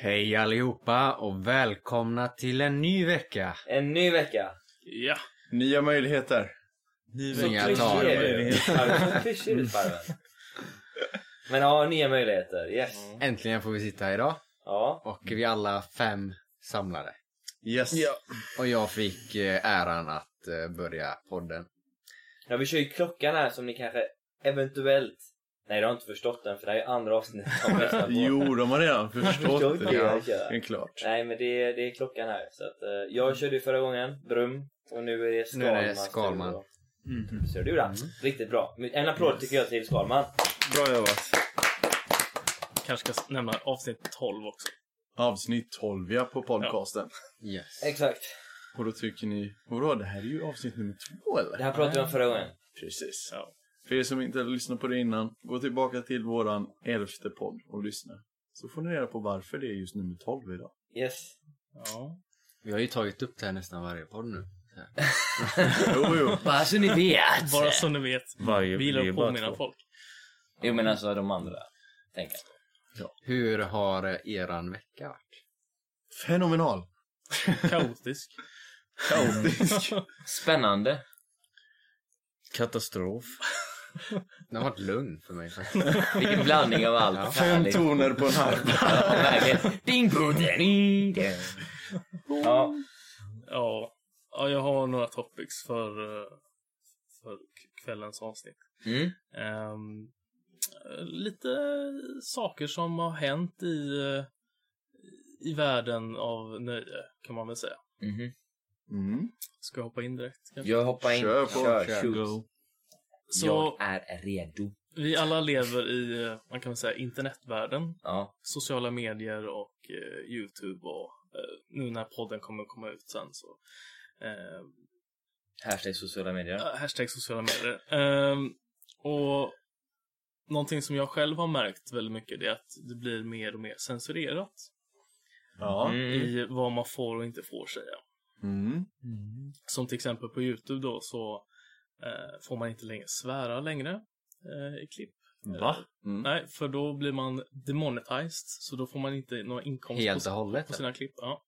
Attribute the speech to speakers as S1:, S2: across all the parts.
S1: Hej allihopa och välkomna till en ny vecka.
S2: En ny vecka.
S3: Ja.
S4: Nya möjligheter.
S1: Nya
S2: klyschig
S1: tag.
S2: är du. Ja, Så klyschig är du Sparven. Men ja, nya möjligheter. Yes.
S1: Äntligen får vi sitta här idag
S2: Ja.
S1: och vi alla fem samlade.
S4: Yes.
S1: Och jag fick eh, äran att eh, börja podden.
S2: ja, vi kör ju klockan här som ni kanske eventuellt... Nej, du har inte förstått den för det här är andra avsnittet som vi lyssnar på.
S4: Jo, de har redan förstått
S2: Förstått
S4: det.
S2: det,
S4: Ja,
S2: ja.
S4: det är klart.
S2: Nej, men det är, det är klockan här. Så att, eh, jag körde ju förra gången, Brum. Och nu är det
S1: Nu är
S2: Skalman.
S1: det Skalman.
S2: Så du då? Riktigt bra. En applåd tycker jag till Skalman.
S4: Bra jobbat.
S3: Kanske ska nämna avsnitt 12 också.
S4: Avsnitt 12 ja, på podcasten.
S1: Yes.
S2: Exakt.
S4: Och då tycker ni, vadå det här är ju avsnitt nummer två eller?
S2: Det här pratade vi om förra gången.
S4: Precis.
S3: Ja.
S4: För er som inte har lyssnat på det innan, gå tillbaka till våran elfte podd och lyssna. Så får ni reda på varför det är just nummer 12 idag.
S2: Yes.
S3: ja.
S1: Vi har ju tagit upp det här nästan varje podd nu.
S4: Jo, jo.
S2: Bara så ni vet.
S3: Bara så ni vet.
S5: Varje,
S3: Vi
S5: det är
S3: gillar
S5: ju
S3: att
S5: bara
S3: påminna
S5: två.
S3: folk.
S2: Jo, men alltså de andra. Tänk.
S1: Hur har eh, eran vecka varit?
S4: Fenomenal.
S3: Kaotisk.
S4: Kaotisk.
S2: Spännande.
S5: Katastrof.
S1: Den har varit lugn för mig faktiskt.
S2: Vilken blandning av allt.
S4: Fem
S2: Härligt.
S4: toner på en harpa.
S2: Ja, verkligen. Ding, dong, ding, dong. Ja,
S3: Ja. ja, jag har några topics för, eh, för k- kvällens avsnitt.
S2: Mm.
S3: Ehm, eh, lite saker som har hänt i, eh, i världen av nöje, kan man väl säga.
S2: mhm.
S4: Mm.
S3: Ska jag hoppa in direkt? kanske?
S2: Jag hoppar in.
S4: Kör på.
S2: Kör, shoot.
S4: Go.
S3: Så
S2: Jag är redo.
S3: vi alla lever i, eh, man kan väl säga, internetvärlden.
S2: Ja,
S3: sociala medier och eh, Youtube och eh, nu när podden kommer att komma ut sen så eh,
S2: hashtag sociala medier.
S3: ja, hashtag sociala medier. Ehm, och någonting som jag själv har märkt väldigt mycket det är att det blir mer och mer censurerat
S4: Ja.
S2: Mm.
S3: i vad man får och inte får säga.
S4: Mm.
S3: Som till exempel på Youtube då så eh, får man inte längre svära längre eh, i klipp.
S4: Va? Mm.
S3: Nej, för då blir man demonetized så då får man inte några inkomst
S1: Helt och
S3: på,
S1: hållet.
S3: på sina klipp. Ja.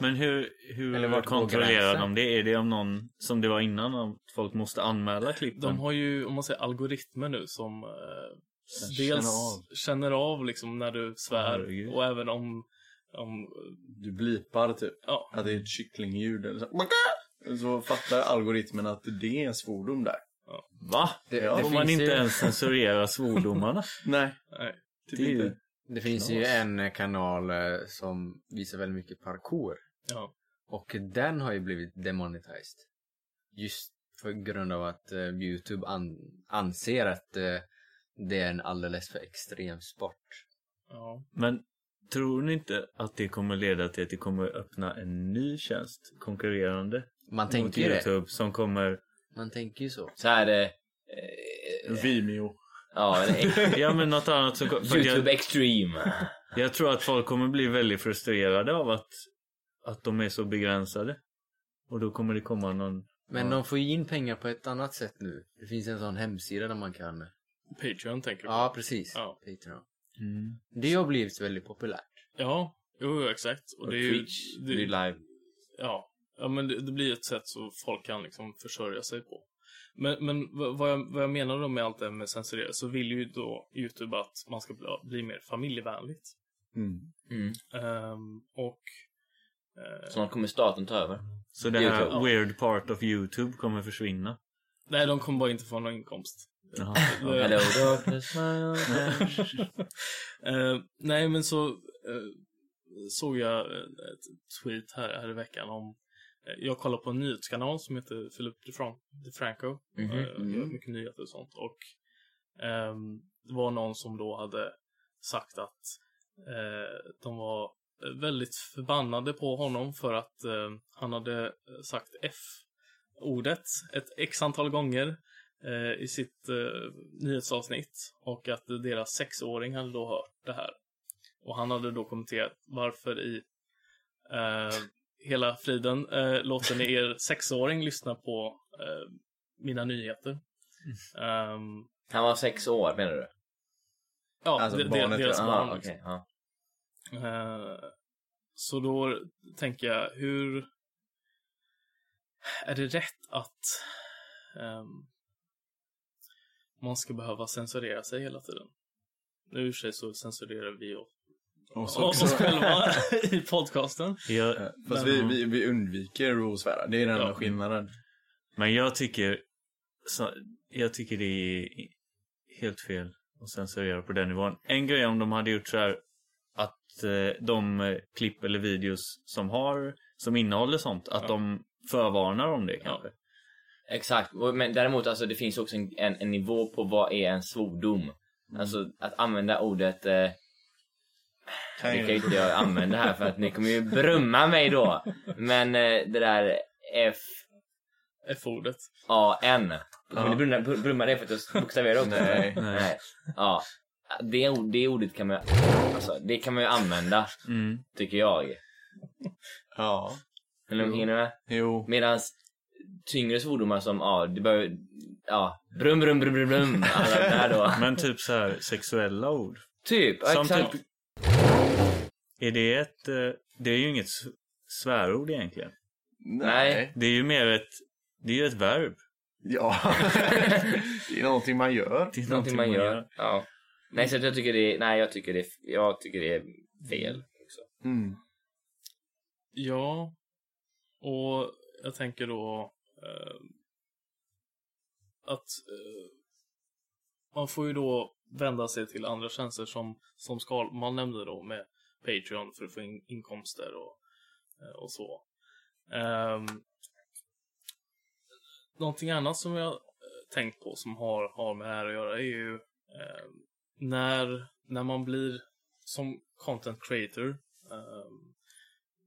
S5: Men hur, hur
S1: Eller vart går
S5: kontrollerar
S1: gränsen?
S5: de det? Är det om någon, som det var innan, om folk måste anmäla klippen?
S3: De har ju, om man säger algoritmer nu som eh,
S4: Känner
S3: dels
S4: av.
S3: känner av liksom när du svär
S5: Herregud.
S3: och även om, om
S4: Du blipar typ.
S3: ja,
S4: Att det är ett kycklingljud eller så. Så fattar algoritmen att det är en svordom där.
S5: Va?
S1: Det,
S4: Ja,
S1: det
S5: Får man
S1: finns
S5: inte
S1: ju-
S5: ens censurera svordomarna?
S4: Nej,
S3: nej.
S4: typ
S5: Det är ju-
S4: inte.
S1: Det finns ju en kanal eh, som visar väldigt mycket parkour.
S3: Ja.
S1: Och den har ju blivit demonetized. Just på grund av att eh, Youtube an anser att eh, det är en alldeles för extrem sport.
S3: Ja.
S5: Men tror ni inte att det kommer leda till att det kommer öppna en ny tjänst konkurrerande
S1: Man
S5: mot
S1: tänker ju det.
S5: Youtube som kommer...
S1: Man tänker ju så.
S2: Så här, eh, eh,
S4: Vimeo.
S2: ja, eller-
S5: Ja men något annat som... för jag-
S2: Youtube Extreme.
S5: Jag tror att folk kommer bli väldigt frustrerade av att, att de är så begränsade. Och då kommer det komma någon...
S1: Men
S5: Ja.
S1: de får ju in pengar på ett annat sätt nu. Det finns en sån hemsida där man kan...
S3: Patreon tänker du på?
S1: Ja, precis.
S3: Ja.
S1: Patreon. Det har blivit väldigt populärt.
S3: Ja, jo jo, exakt. Och det är ju,
S2: Twitch,
S3: det,
S2: det är live.
S3: ja. ja, men det, det blir ett sätt så folk kan liksom försörja sig på. Men, men vad, vad jag, vad jag menar då med allt det här med censurera så vill ju då Youtube att man ska bli, bli mer familjevänligt.
S4: Mm.
S2: Mm.
S3: Ehm, och eh,
S2: Snart kommer staten ta över.
S5: Så det här
S2: YouTube.
S5: weird part of YouTube kommer försvinna.
S3: Nej, de kommer bara inte få någon inkomst.
S5: Jaha.
S3: Eh,
S2: Hello darkness, my old friend.
S3: eh, nej, men så eh, såg jag eh, ett tweet här, här i veckan om... Eh, jag kollar på en nyhetskanal som heter Philip DeFran- DeFranco.
S2: Mhm.
S3: Eh, och gör
S4: Mm.
S3: mycket nyheter och sånt. Och ehm, det var någon som då hade sagt att eh, de var väldigt förbannade på honom för att eh, han hade sagt F-ordet ett x antal gånger eh, i sitt eh, nyhetsavsnitt och att deras sexåring hade då hört det här. Och han hade då kommenterat varför i eh, hela friden eh, låter ni er sexåring lyssna på eh, mina nyheter. Ehm,
S2: Han var sex år menar du?
S3: ja,
S4: Alltså
S3: de, de,
S4: barnet, ah,
S3: deras
S4: ja.
S3: barn.
S2: Aha,
S3: liksom.
S2: okej, ja.
S3: Eh, Så då tänker jag, hur är det rätt att ehm, man ska behöva censurera sig hela tiden? Nu i och för sig så censurerar vi oss,
S4: Och så,
S3: oss själva i podcasten.
S5: Jag,
S4: Eh, Fast vi, vi, vi undviker att svära. Det är den enda
S3: Ja.
S4: skillnaden.
S5: Men jag tycker, så, jag tycker det är helt fel att censurera på den nivån. En grej om de hade gjort så här att eh, de eh, klipp eller videos som har, som innehåller sånt, att
S3: Ja.
S5: de förvarnar om det
S3: Ja.
S5: kanske.
S2: Exakt, Och- men däremot alltså det finns också en, en, en nivå på vad är en svordom.
S4: Mm.
S2: Alltså att använda ordet, eh, det kan ju inte jag använda här för att ni kommer ju brumma mig då. Men eh, det där
S3: F-ordet.
S2: F-A-N. Kommer ni brumma, br- brumma det för att jag bokstaverar också?
S4: Nej.
S2: Nej. Ja. Det, ord- det ordet kan man, alltså, det kan man ju använda,
S5: Mm.
S2: tycker jag.
S4: Ja.
S2: Eller om ni hänger med?
S4: Jo.
S2: Medan tyngre svordomar som, ja, det behöver, ja, brum brum brum brum brum. Alla de där då.
S5: Men typ så här sexuella ord.
S2: Typ, ja,
S5: Som
S2: exakt.
S5: typ- Är det ett, eh, det är ju inget s- svärord egentligen.
S2: Nej.
S5: Det är ju mer ett, det är ju ett verb.
S4: Ja. det är någonting man gör.
S5: Det är
S2: Någonting man gör. Ja. Nej, så att jag tycker det är, nej, jag tycker det är, jag tycker det är fel. Också.
S4: Mm.
S3: Ja, och jag tänker då eh, att eh, man får ju då vända sig till andra tjänster som, som Skalman nämnde då med Patreon för att få in, inkomster och, eh, och så. Ehm, någonting annat som jag eh, tänkt på som har, har med det här att göra är ju eh, när, när man blir som content creator ehm,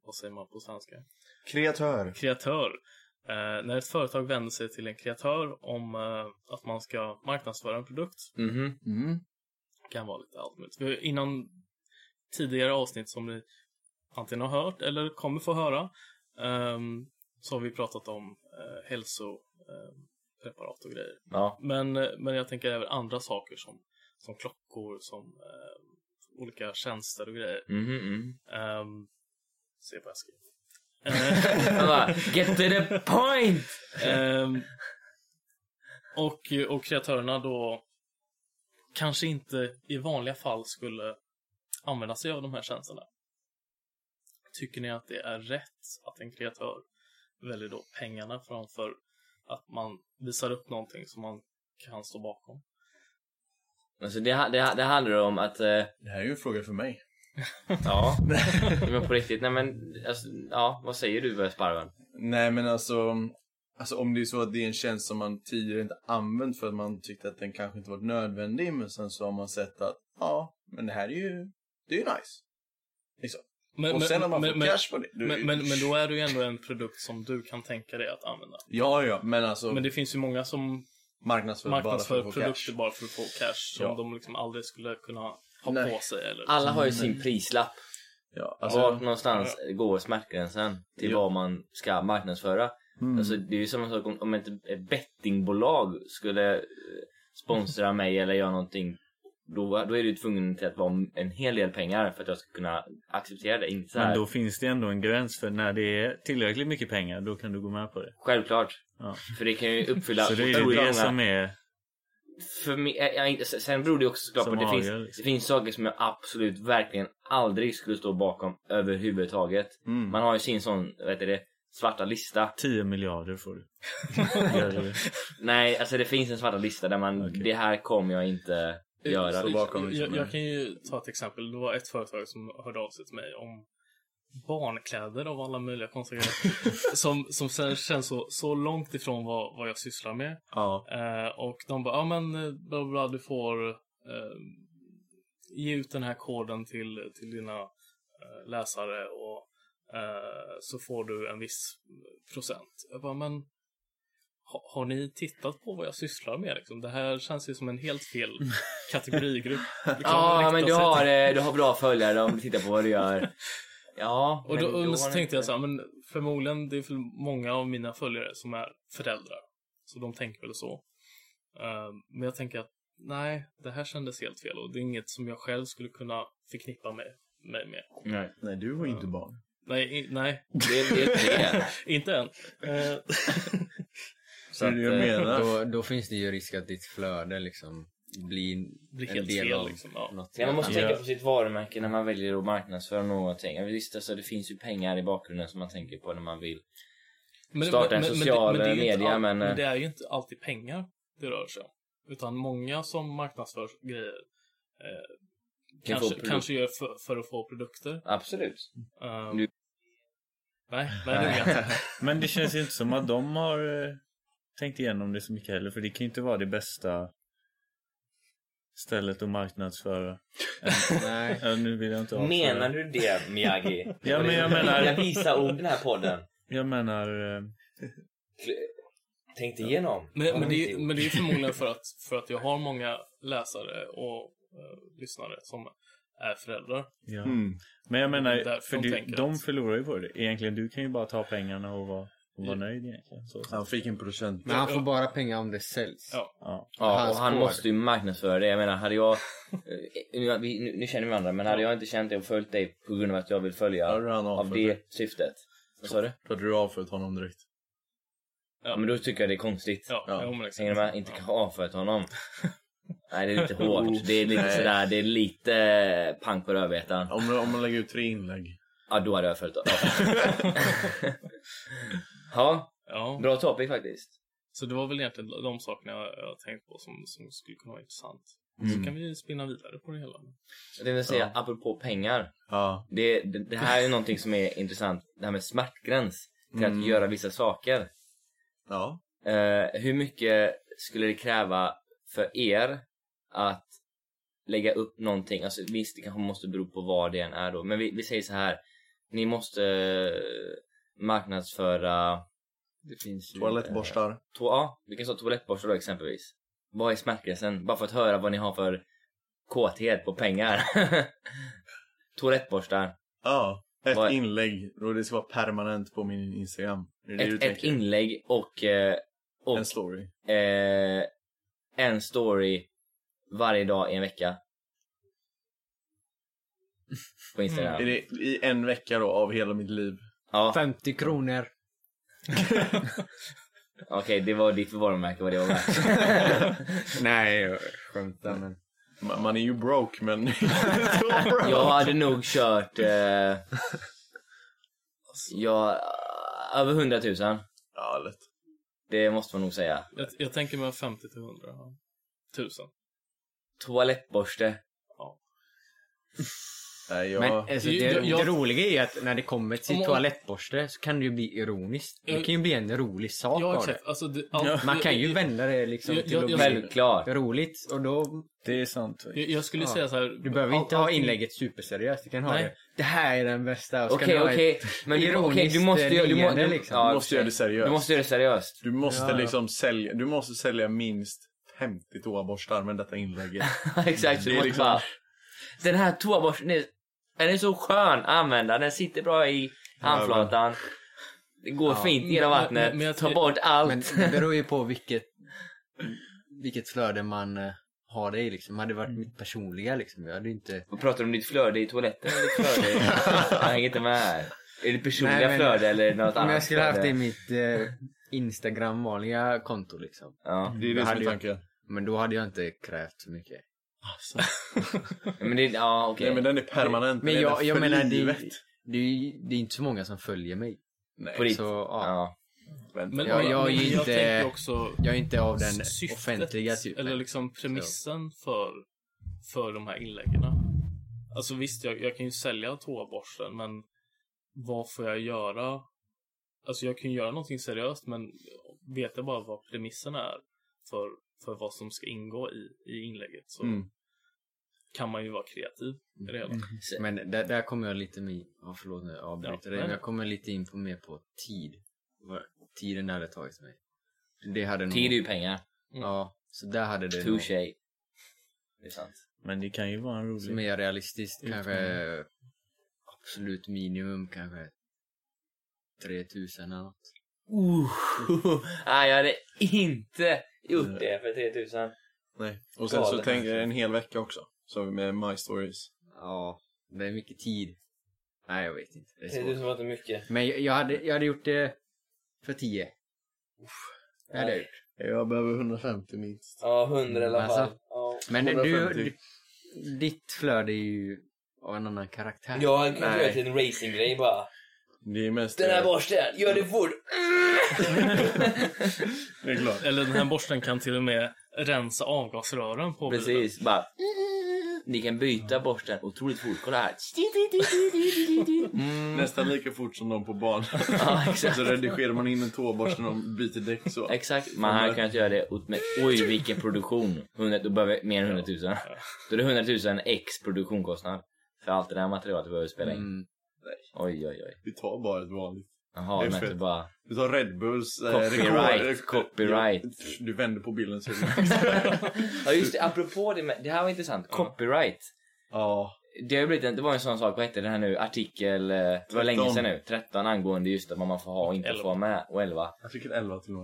S3: vad säger man på svenska?
S4: Kreatör.
S3: Kreatör. Eh, när ett företag vänder sig till en kreatör om eh, att man ska marknadsföra en produkt.
S2: Mhm.
S4: Mm.
S3: kan vara lite allt möjligt. Vi har Innan tidigare avsnitt som ni antingen har hört eller kommer få höra ehm, så har vi pratat om eh, hälsopreparat och grejer.
S2: Ja.
S3: Men, eh, men jag tänker även andra saker som, som klockor, som eh, olika tjänster och grejer.
S2: Mhm. Mm
S3: Ehm, se vad jag skrev. Eh,
S2: Get to the point!
S3: Ehm, och, och kreatörerna då kanske inte i vanliga fall skulle använda sig av de här tjänsterna. Tycker ni att det är rätt att en kreatör väljer då pengarna framför att man visar upp någonting som man kan stå bakom?
S2: Alltså det, ha- det, ha- det handlar om att, eh,
S4: Det här är ju en fråga för mig.
S2: ja. men på riktigt, nej men, alltså, ja, vad säger du Sparven?
S4: Nej men alltså, alltså om det är så att det är en tjänst som man tidigare inte använt för att man tyckte att den kanske inte var nödvändig men sen så har man sett att ja, men det här är ju, det är ju nice.
S3: Men,
S4: och sen har man
S3: men,
S4: fått
S3: men,
S4: cash på det. Du-
S3: men, men, men då är det ju ändå en produkt som du kan tänka dig att använda.
S4: Ja, ja, men alltså
S3: Men det finns ju många som
S4: marknadsför bara för
S3: marknadsför
S4: att få
S3: produkter
S4: cash.
S3: bara för att få cash som
S4: Ja.
S3: de liksom aldrig skulle kunna ha
S4: Nej.
S3: på sig. Eller
S2: Alla har ju sin prislapp.
S4: Ja,
S2: och
S4: alltså,
S2: någonstans går smärtgränsen till vad man ska marknadsföra.
S5: Mm.
S2: Alltså, det är ju samma sak om, om ett ett bettingbolag skulle eh, sponsra mig eller göra någonting. Då, då är du tvungen till att vara en hel del pengar för att jag ska kunna acceptera det. Inte så här.
S5: Men då finns det ändå en gräns för när det är tillräckligt mycket pengar då kan du gå med på det.
S2: Självklart.
S5: Ja.
S2: För det kan ju uppfylla
S5: Så det är
S2: otroligt
S5: ju
S2: många-
S5: det som är...
S2: för mig, jag, jag, inte- sen beror det också såklart på att
S5: Som
S2: det finns,
S5: avgör, liksom.
S2: det finns saker som jag absolut verkligen aldrig skulle stå bakom överhuvudtaget.
S4: mm.
S2: Man har ju sin sån, vad heter det, svarta lista.
S5: 10 miljarder får du. Gör du det?
S2: Nej, alltså det finns en svarta lista där man,
S5: Okej.
S2: det här kommer jag inte göra.
S4: Så bakom liksom,
S3: jag,
S4: nej.
S3: jag kan ju ta ett exempel. Det var ett företag som hörde av sig till mig om barnkläder av alla möjliga konstiga grejer. som, som sen känns så, så långt ifrån vad, vad jag sysslar med.
S4: ja.
S3: Eh, och de bara, ja men eh, bla bla, du får eh, ge ut den här koden till, till dina eh, läsare och eh, så får du en viss procent. Jag bara, men ha, har ni tittat på vad jag sysslar med liksom? Det här känns ju som en helt fel kategorigrupp. liksom Det kan man
S2: Ja,
S3: rikta
S2: men du
S3: sig
S2: har,
S3: till.
S2: eh, du har bra följare om du tittar på vad du gör. Ja,
S3: Och då,
S2: men
S3: och så
S2: har ni
S3: tänkte jag
S2: inte-
S3: så här, men förmodligen det är för många av mina följare som är föräldrar. Så de tänker väl så. Eh, men jag tänker att nej, det här kändes helt fel och det är inget som jag själv skulle kunna förknippa med mig mer.
S5: Nej.
S4: Nej, du var inte barn.
S3: Nej, i- nej
S2: Det är, det är tre.
S3: inte än. Eh,
S4: Så det är det jag
S2: att, eh,
S4: menar.
S1: Då, då finns det ju risk att ditt flöde liksom blir
S3: blir
S1: En
S3: helt
S1: del
S3: fel
S1: av-
S3: liksom. Ja.
S1: något
S2: Ja, man måste
S5: Ja.
S2: tänka på sitt varumärke när man väljer att marknadsföra någonting. Ja, Visst, alltså, det finns ju pengar i bakgrunden som man tänker på när man vill.
S3: Men-
S2: Starta en
S3: men- men-
S2: social
S3: men det är ju inte
S2: media,
S3: all-
S2: men, eh,
S3: Men det är ju inte alltid pengar det rör sig om. Utan många som marknadsför grejer eh,
S2: Kan få
S3: kanske,
S2: produkt-
S3: kanske gör för, för att få produkter.
S2: Absolut.
S3: Ehm,
S2: Nu-
S3: Nej, nej, det är inga.
S5: Men det känns ju inte som att de har eh, tänkt igenom det så mycket heller. För det kan ju inte vara det bästa stället att marknadsföra.
S1: Nej.
S5: Ja, nu vill jag inte avslöja.
S6: Menar du det, Miyagi?
S5: Ja, men jag
S6: Jag
S5: menar...
S6: visar ord den här podden.
S5: Jag menar... eh,
S6: Tänk dig igenom.
S3: Men, men, det, är ju- men det är ju förmodligen för att, för att jag har många läsare och eh, lyssnare som är föräldrar.
S5: Ja.
S4: Mm.
S5: Men jag
S3: Det är
S5: menar,
S3: därför
S5: för
S3: de
S5: du,
S3: tänker
S5: de
S3: att-
S5: förlorar ju på det. Egentligen, du kan ju bara ta pengarna och vara, och vara
S3: Ja.
S5: nöjd egentligen. Så.
S4: Han fick en procent.
S1: Men han får bara pengar om det säljs.
S3: Ja.
S5: Ja.
S2: Ja,
S1: Hans
S2: och han
S1: spår.
S2: måste ju marknadsföra det. Jag menar, hade jag... eh, Nu, vi- nu, nu känner vi varandra, men hade jag inte känt dig och följt dig på grund av att jag vill
S4: Då
S2: följa
S4: du han
S2: av
S4: avfört det.
S2: det syftet. Vad sa du?
S4: Då hade du avfört honom direkt.
S2: Ja, men då tycker jag det är konstigt.
S3: Ja,
S4: Ja.
S3: jo, men exakt.
S2: Hänger du med? Inte
S3: Ja.
S2: kanske avfört honom. Nej, det är lite hårt. Det är lite
S4: Oh, Nej.
S2: sådär, det är lite eh, pang på rödbetan.
S4: Om, om man lägger ut tre inlägg.
S2: Ja, då hade jag följt avfört. Ja,
S3: Ja.
S2: bra topic faktiskt.
S3: Så det var väl egentligen de sakerna jag, jag tänkt på som, som skulle kunna vara intressant. Så
S4: Mm.
S3: kan vi spinna vidare på det hela.
S2: Jag tänkte säga, apropå pengar.
S4: Ja.
S2: Det, det, det här är någonting som är intressant. Det här med smärtgräns. Till
S4: Mm.
S2: att göra vissa saker.
S4: Ja.
S2: Eh, hur mycket skulle det kräva för er att lägga upp någonting? Alltså visst, det kanske måste bero på vad det än är då. Men vi, vi säger så här. Ni måste eh, marknadsföra... Det finns ju...
S4: Toalettborstar.
S2: To- ja, vi kan ta toalettborstar då exempelvis. Vad är smärtgränsen? Bara för att höra vad ni har för kåthet på pengar. toalettborstar.
S4: Ja. Ett
S2: Vad är-
S4: inlägg. Och det ska vara permanent på min Instagram. Det är det
S2: Ett,
S4: du
S2: ett
S4: tänker.
S2: inlägg och... eh, och
S4: En story.
S2: eh, en story varje dag i en vecka. På Instagram.
S4: Mm. Är det i en vecka då av hela mitt liv?
S2: Ja,
S1: 50 kronor.
S2: okej, det var ditt varumärke vad det var värt.
S1: Nej, jag skämtar men.
S4: Man, man är ju broke men... Så broke.
S2: Jag hade nog kört... Eh,
S4: Alltså.
S2: ja, över 100 000.
S4: Ja, lätt.
S2: Det måste man nog säga.
S3: Jag, jag tänker mig 50 till 100 ja. tusen.
S2: Toalettborste.
S4: Nej, jag...
S1: Men alltså,
S3: Ju-
S1: det,
S3: jag- jag-
S1: det roliga är ju att när det kommer till
S3: Om- om-
S1: toalettborste så kan det ju bli ironiskt. Det
S3: Jag-
S1: kan ju bli en rolig sak
S3: Ja,
S1: av det.
S3: exakt. Alltså, det, allt,
S1: Man kan ju
S3: jag-
S1: vända det liksom
S3: jag-
S1: till
S3: jag-
S1: att
S3: jag-
S1: bli
S2: Självklart.
S1: roligt och då...
S5: Det är sant.
S3: Jag, jag skulle
S1: Ja.
S3: säga så här.
S1: Du behöver inte
S3: all-
S1: ha
S3: allting-
S1: inlägget superseriöst. Du kan ha
S3: Nej.
S1: det. Det här är den bästa. och så kan
S2: Okej,
S1: du ha ett-
S2: okej. Men du, okay, du
S1: ironiskt
S2: måste göra... Du, må,
S1: leende,
S2: du,
S1: liksom.
S2: ja,
S4: du måste göra det seriöst.
S2: du måste göra det seriöst.
S4: Du måste
S1: Ja, ja.
S4: liksom sälja, du måste sälja minst 50 toaborstar med detta inlägget.
S2: Exakt, så du
S4: Det är
S2: måste
S4: liksom-
S2: bara... Den här toaborsten är, den är så skön att använda. Den sitter bra i handflatan. Det går
S1: Ja.
S2: fint genom
S3: Men-
S2: vattnet.
S3: men- men jag
S2: Ta
S3: tror-
S2: bort
S1: Men
S2: allt.
S1: det beror ju på vilket, vilket flöde man eh, har det i liksom. Hade det
S3: Mm.
S1: varit mitt personliga liksom, jag hade inte...
S2: Vad pratar du om ditt flöde i toaletten? eller Ditt flöde? i- Jag hänger inte med här. Är det personliga
S1: Nej, men-
S2: flöde eller något
S1: Om
S2: annat?
S1: jag skulle
S2: flöde?
S1: haft det i mitt eh, Instagram vanliga konto liksom.
S2: Ja.
S4: Det är det som
S1: hade
S4: är
S1: jag-
S4: tanken.
S1: Men då hade jag inte krävt så mycket.
S2: Men det, ja, okej.
S4: Nej men den är permanent,
S1: Men
S4: den
S1: jag-
S4: är
S1: jag
S4: för
S1: menar, det-
S4: livet.
S1: Det är, ju- det är inte så många som följer mig.
S4: Nej,
S2: På ditt-
S1: Så ja.
S2: Ja.
S4: vänta.
S3: Men,
S1: Jag-
S3: jag,
S1: jag är
S3: jag,
S1: ju inte-
S3: tänker också
S1: Jag är inte av den
S3: syftet,
S1: offentliga typen.
S3: Eller liksom premissen för, för de här inläggen. Alltså visst, jag, jag kan ju sälja toaborsten, men vad får jag göra? Alltså jag kan ju göra någonting seriöst, men vet jag bara vad premissen är för, för vad som ska ingå i, i inlägget så
S4: Mm.
S3: kan man ju vara kreativ i det
S1: Mm.
S3: hela. Mm.
S1: Men där, där kommer jag lite med, ja, förlåt nu, jag avbryter
S3: Ja,
S1: dig.
S3: nej.
S1: Men jag kommer lite in på mer på tid. Vad- Tiden det hade tagit mig. Det hade nog...
S2: Tid är ju pengar.
S1: Ja, så där hade det nog...
S2: Touché. Det är sant.
S5: Men det kan ju vara en rolig...
S1: Som är realistiskt
S3: Mm.
S1: kanske absolut minimum kanske 3000 eller något.
S2: Uh, nej, jag hade inte gjort det.
S6: Det är för 3000.
S4: Nej. Och sen så
S6: Galet.
S4: tänker jag en hel vecka också. Så med My Stories.
S1: Ja, Det är mycket tid. Nej, jag vet inte. Det är
S6: Det är
S1: svårt.
S6: som att det är mycket.
S1: Men jag, jag, hade, jag hade gjort det för 10. Det hade jag
S6: Nej.
S1: gjort.
S4: Jag behöver 150 minst.
S6: Ja, hundra i alla
S2: Mm,
S1: Alltså.
S6: fall. Ja,
S1: Men du,
S4: 250.
S1: du, ditt flöde är ju av en annan karaktär.
S6: ja jag kan
S4: Nej.
S6: göra det till en racinggrej bara.
S4: Det är mest...
S2: Mm.
S6: Den här borsten, gör det fort!
S4: Det är klart.
S3: Eller den här borsten kan till och med rensa avgasrören på bilen.
S2: Precis, bara... "Mm, Ni kan byta borsten otroligt fort. Kolla här.
S4: Nästan lika fort som de på banan.
S2: Ja, exakt.
S4: så redigerar man in en tåborste när de byter däck så.
S2: Exakt, man hade kunnat göra det åt mig. Oj, vilken produktion! 100, då behöver jag mer än 100 000. Då är det 100 000 x produktionskostnad för allt det där materialet vi behöver spela in.
S1: Mm.
S2: Oj, oj, oj.
S4: Vi tar bara ett vanligt. Det
S2: Jaha,
S4: är
S2: men
S4: fett.
S2: typ bara...
S4: Vi tar Red Bulls... eh,
S2: Copyright,
S4: rekord-
S2: copyright.
S4: Ja, Du vänder på bilden så.
S2: Ja, just det. Apropå det, med- det här var intressant. Copyright.
S4: ja.
S2: Det har ju blivit en, det var en sån sak, vad hette det här nu, artikel, eh, det var länge
S4: 13.
S2: sedan nu, 13 angående just att vad man får ha och inte får
S3: 11.
S2: ha med, och 11.
S4: Jag fick en 11 till och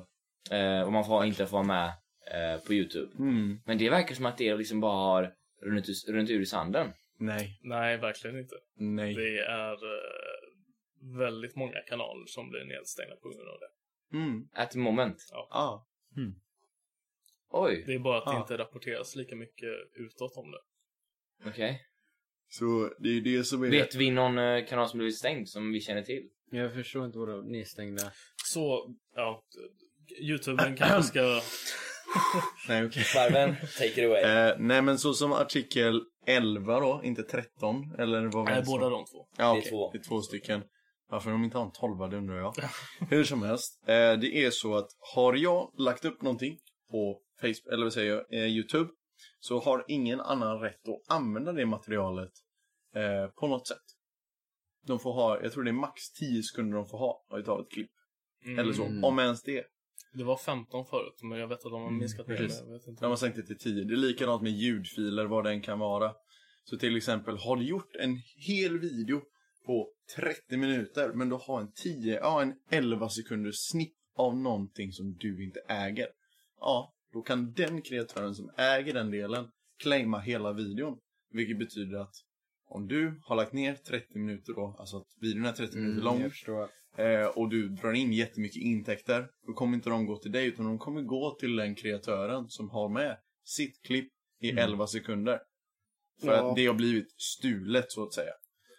S4: med.
S2: Eh, vad man får ha och inte får ha med eh, på Youtube.
S4: Mm.
S2: Men det verkar som att det liksom bara har runnit, ur- runnit ur i sanden.
S4: Nej.
S3: Nej, verkligen inte.
S4: Nej.
S3: Det är eh, väldigt många kanaler som blir nedstängda på grund av det.
S4: Mm.
S2: At the moment.
S4: Ja.
S2: Oj,
S3: Det är bara att det
S4: Ja.
S3: inte rapporteras lika mycket utåt om det.
S2: okej.
S4: Så det är ju det som är...
S2: Vet vi någon eh, kanal som blivit stängd som vi känner till?
S1: Jag förstår inte vad de nedstängda...
S3: Så, ja. Youtube kanske ska...
S4: Nej, okej.
S6: Varven, take it away.
S4: Eh, nej, men så som artikel 11 då, inte 13. Eller vad var
S3: Nej,
S4: det som-
S3: båda de två.
S6: Det
S4: Ja,
S6: är
S4: okej.
S6: två.
S4: Det är två stycken. Varför de inte har en tolva, det undrar jag. Hur som helst, eh, det är så att har jag lagt upp någonting på Facebook, eller vad säger jag, eh, Youtube, så har ingen annan rätt att använda det materialet eh, på något sätt. De får ha, jag tror det är max 10 sekunder de får ha utav ett klipp.
S3: Mm.
S4: Eller
S1: Mm.
S4: så, om ens det.
S3: Det var 15 förut, men jag vet att de har
S4: Mm,
S3: minskat ner
S4: precis.
S3: det. Jag vet inte.
S4: De har sänkt det till 10. Det är likadant med ljudfiler, vad den kan vara. Så till exempel, har du gjort en hel video på 30 minuter, men du har en 10, ja en 11 sekunders snitt av någonting som du inte äger. Ja, då kan den kreatören som äger den delen claima hela videon. Vilket betyder att om du har lagt ner 30 minuter då, alltså att videon är 30 minuter lång,
S1: Mm, jag förstår.
S4: eh, och du drar in jättemycket intäkter, då kommer inte de gå till dig utan de kommer gå till den kreatören som har med sitt klipp i
S5: Mm.
S4: 11 sekunder. För
S1: Ja.
S4: att det har blivit stulet så att säga.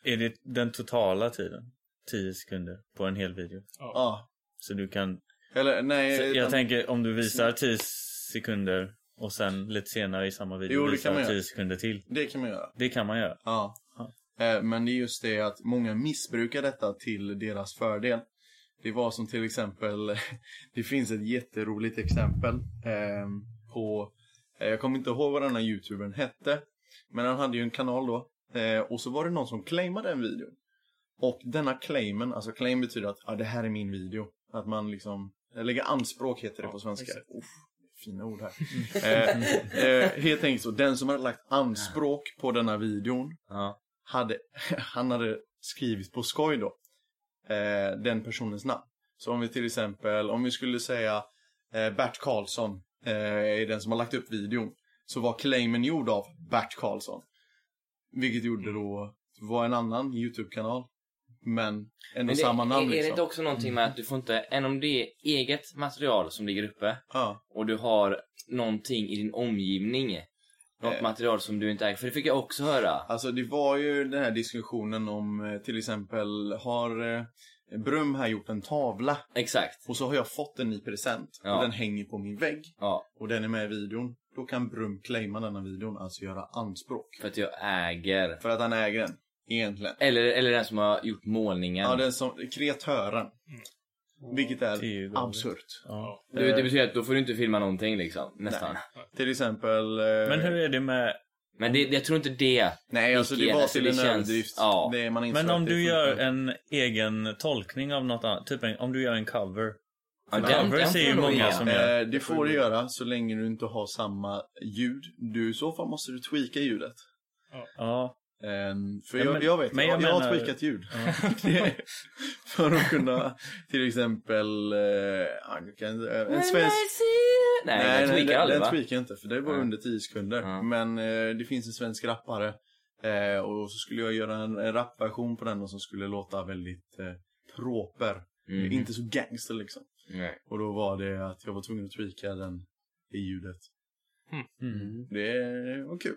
S5: Är det den totala tiden? 10 sekunder på en hel video.
S4: Ja.
S3: Ja.
S5: Så du kan...
S4: Eller nej,
S5: Så jag
S4: Eh, utan-
S5: tänker om du visar 10 sekunder och sen lite senare i samma video
S4: Jo, det kan man
S5: visar
S4: göra.
S5: 10 sekunder till.
S4: det kan man göra.
S5: Det kan man göra.
S4: Ja.
S5: Ja.
S4: Eh, Men det är just det att många missbrukar detta till deras fördel. Det var som till exempel, det finns ett jätteroligt exempel eh, på, eh, jag kommer inte ihåg vad den här youtubern hette, men han hade ju en kanal då. Eh, och så var det någon som claimade en video. Och denna claimen, alltså claim betyder att ah, det här är min video. Att man liksom, lägger anspråk heter det på svenska.
S3: exakt.
S4: Uff, fina ord här. eh, eh, helt enkelt så, den som hade lagt anspråk på denna videon
S2: Ja.
S4: hade, han hade skrivit på skoj då, eh, den personens namn. Så om vi till exempel, om vi skulle säga eh, Bert Karlsson eh, är den som har lagt upp videon. Så var claimen gjord av Bert Karlsson. Vilket gjorde då, var en annan YouTube-kanal. Men ändå
S2: det,
S4: samma namn
S2: är, är det inte
S4: liksom.
S2: också någonting med att du får inte, än om det är eget material som ligger uppe
S4: Ja,
S2: och du har någonting i din omgivning, något
S4: Eh.
S2: material som du inte äger, för det fick jag också höra.
S4: alltså det var ju den här diskussionen om eh, till exempel, har eh, Brum här gjort en tavla?
S2: Exakt.
S4: Och så har jag fått den i present
S2: Ja.
S4: och den hänger på min vägg.
S2: Ja,
S4: och den är med i videon, då kan Brum claima denna videon, alltså göra anspråk.
S2: för att jag äger.
S4: För att han äger den, egentligen.
S2: Eller, eller den som har gjort målningen.
S4: Ja, den som, kreatören. Vilket
S5: Det är ju
S4: är
S5: galet.
S4: absurt.
S5: Ja.
S2: du, det betyder att då får du inte filma någonting liksom, nästan.
S4: Till exempel... eh,
S5: Men hur är det med...
S2: Men det, jag tror inte det.
S4: Nej, alltså det
S2: Vilket-
S4: var
S2: alltså,
S4: till
S2: det
S4: en
S2: känns-
S4: överdrift.
S2: ja.
S4: Det är man inte
S5: Men
S4: för
S5: om
S4: att det
S5: du
S4: funkar.
S5: gör en egen tolkning av något annat. Typ en, om du gör en cover.
S2: Ja,
S5: Men covers är
S2: får
S5: ju
S2: jag nog
S5: många
S2: igen.
S5: som-
S4: Eh, det får du göra så länge du inte har samma ljud. Du, I så fall måste du tweaka ljudet.
S5: Ja.
S4: Ehm, för
S5: Ja,
S4: jag,
S5: men-
S4: jag vet,
S5: men
S4: jag,
S5: jag
S4: jag har
S5: menar-
S4: tweakat ljud.
S5: ja.
S4: Det är- för att kunna till exempel... eh, ja, du kan- eh, en svensk...
S2: Nej, den tweakar
S4: den,
S2: aldrig
S4: den
S2: va?
S4: tweakar inte för det var
S2: Nej.
S4: under 10 sekunder.
S2: Ja.
S4: Men eh, det finns en svensk rappare Eh, och så skulle jag göra en, en rapversion på den och som skulle låta väldigt eh, proper.
S2: Mm.
S4: Inte så gangster liksom.
S2: Nej.
S4: Och då var det att jag var tvungen att tweaka den i ljudet.
S2: Hm.
S1: Mm.
S4: Det var kul.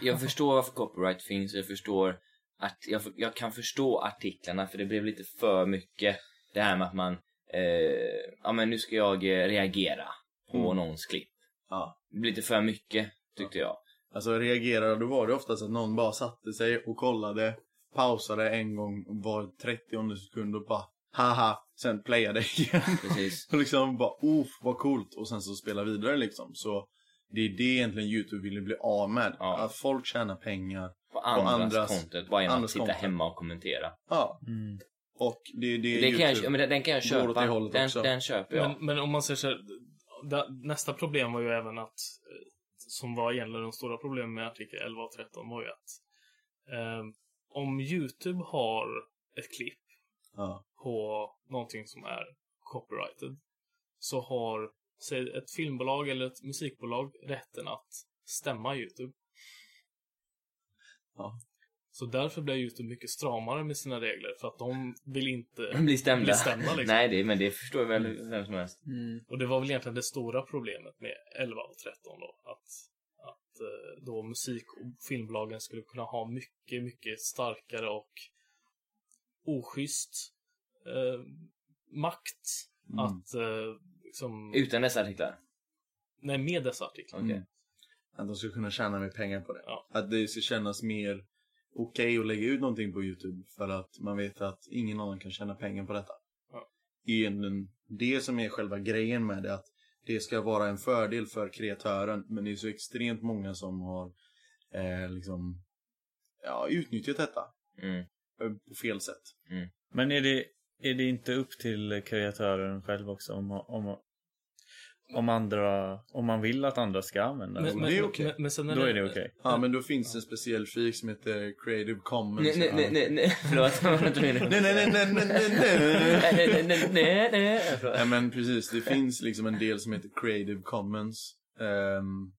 S2: Jag förstår varför copyright finns och jag förstår att jag, jag kan förstå artiklarna för det blev lite för mycket det här med att man eh, ja men nu ska jag eh, reagera på
S4: Mm.
S2: någons klipp.
S4: Ja.
S2: Det blev lite för mycket tyckte jag.
S4: Alltså reagerade, då var det oftast att någon bara satte sig och kollade, pausade en gång var 30 sekund och bara haha, sen playade igen.
S2: Precis.
S4: Och liksom bara oh vad coolt och sen så spela vidare liksom. Så det är det egentligen Youtube ville bli av med.
S2: Ja.
S4: Att folk tjänar pengar.
S2: På andras,
S4: andras-
S2: content, bara genom att
S4: andras
S2: sitta
S4: content.
S2: hemma och kommentera.
S4: Ja.
S5: Mm.
S4: Och det är det,
S2: Det kan jag,
S4: Youtube-
S2: ja, men den, den kan jag
S4: Går
S2: köpa.
S4: åt det hållet
S2: den,
S4: också.
S2: den köper jag.
S3: Men, men om man säger så här, da- nästa problem var ju även att, eh, som var egentligen de stora problemen med artikel 11 och 13 var ju att eh, om Youtube har ett klipp
S4: Ja.
S3: på någonting som är copyrighted så har, säg ett filmbolag eller ett musikbolag rätten att stämma Youtube.
S4: Ja.
S3: Så därför blir Youtube mycket stramare med sina regler för att de vill inte
S2: Bli stämda.
S3: bli stämda liksom.
S2: Nej, det, men det förstår jag väl vem som helst.
S3: Och det var väl egentligen det stora problemet med 11 och 13 då. Att, att eh, då musik och filmbolagen skulle kunna ha mycket, mycket starkare och oschysst eh, makt
S4: Mm.
S3: att eh, liksom,
S2: Utan dessa artiklar.
S3: nej, med dessa artiklar.
S2: Okej.
S4: Att de ska kunna tjäna mer pengar på det.
S3: Ja.
S4: Att det ska kännas mer okej att lägga ut någonting på Youtube för att man vet att ingen annan kan tjäna pengar på detta.
S3: Ja.
S4: Det är egentligen det som är själva grejen med det. Att det ska vara en fördel för kreatören men det är så extremt många som har eh, liksom ja, utnyttjat detta
S2: Mm.
S4: eh, på fel sätt.
S5: Men är det, är det inte upp till kreatören själv också om, om, om, andra, om man vill att andra ska använda det?
S4: Men- det är okej.
S3: men, men sen
S5: Då är det okej.
S4: Ja men då finns det en speciell flik som heter Creative Commons.
S2: Nej, nej,
S4: liksom, Ja.
S2: nej, nej, nej. Förlåt. Jag var tvungen att-
S4: nej, nej, nej, nej, nej, nej.
S2: Nej, nej, nej, nej, nej. Förlåt.
S4: Ja men precis, det finns liksom en del som heter Creative Commons. Ehm,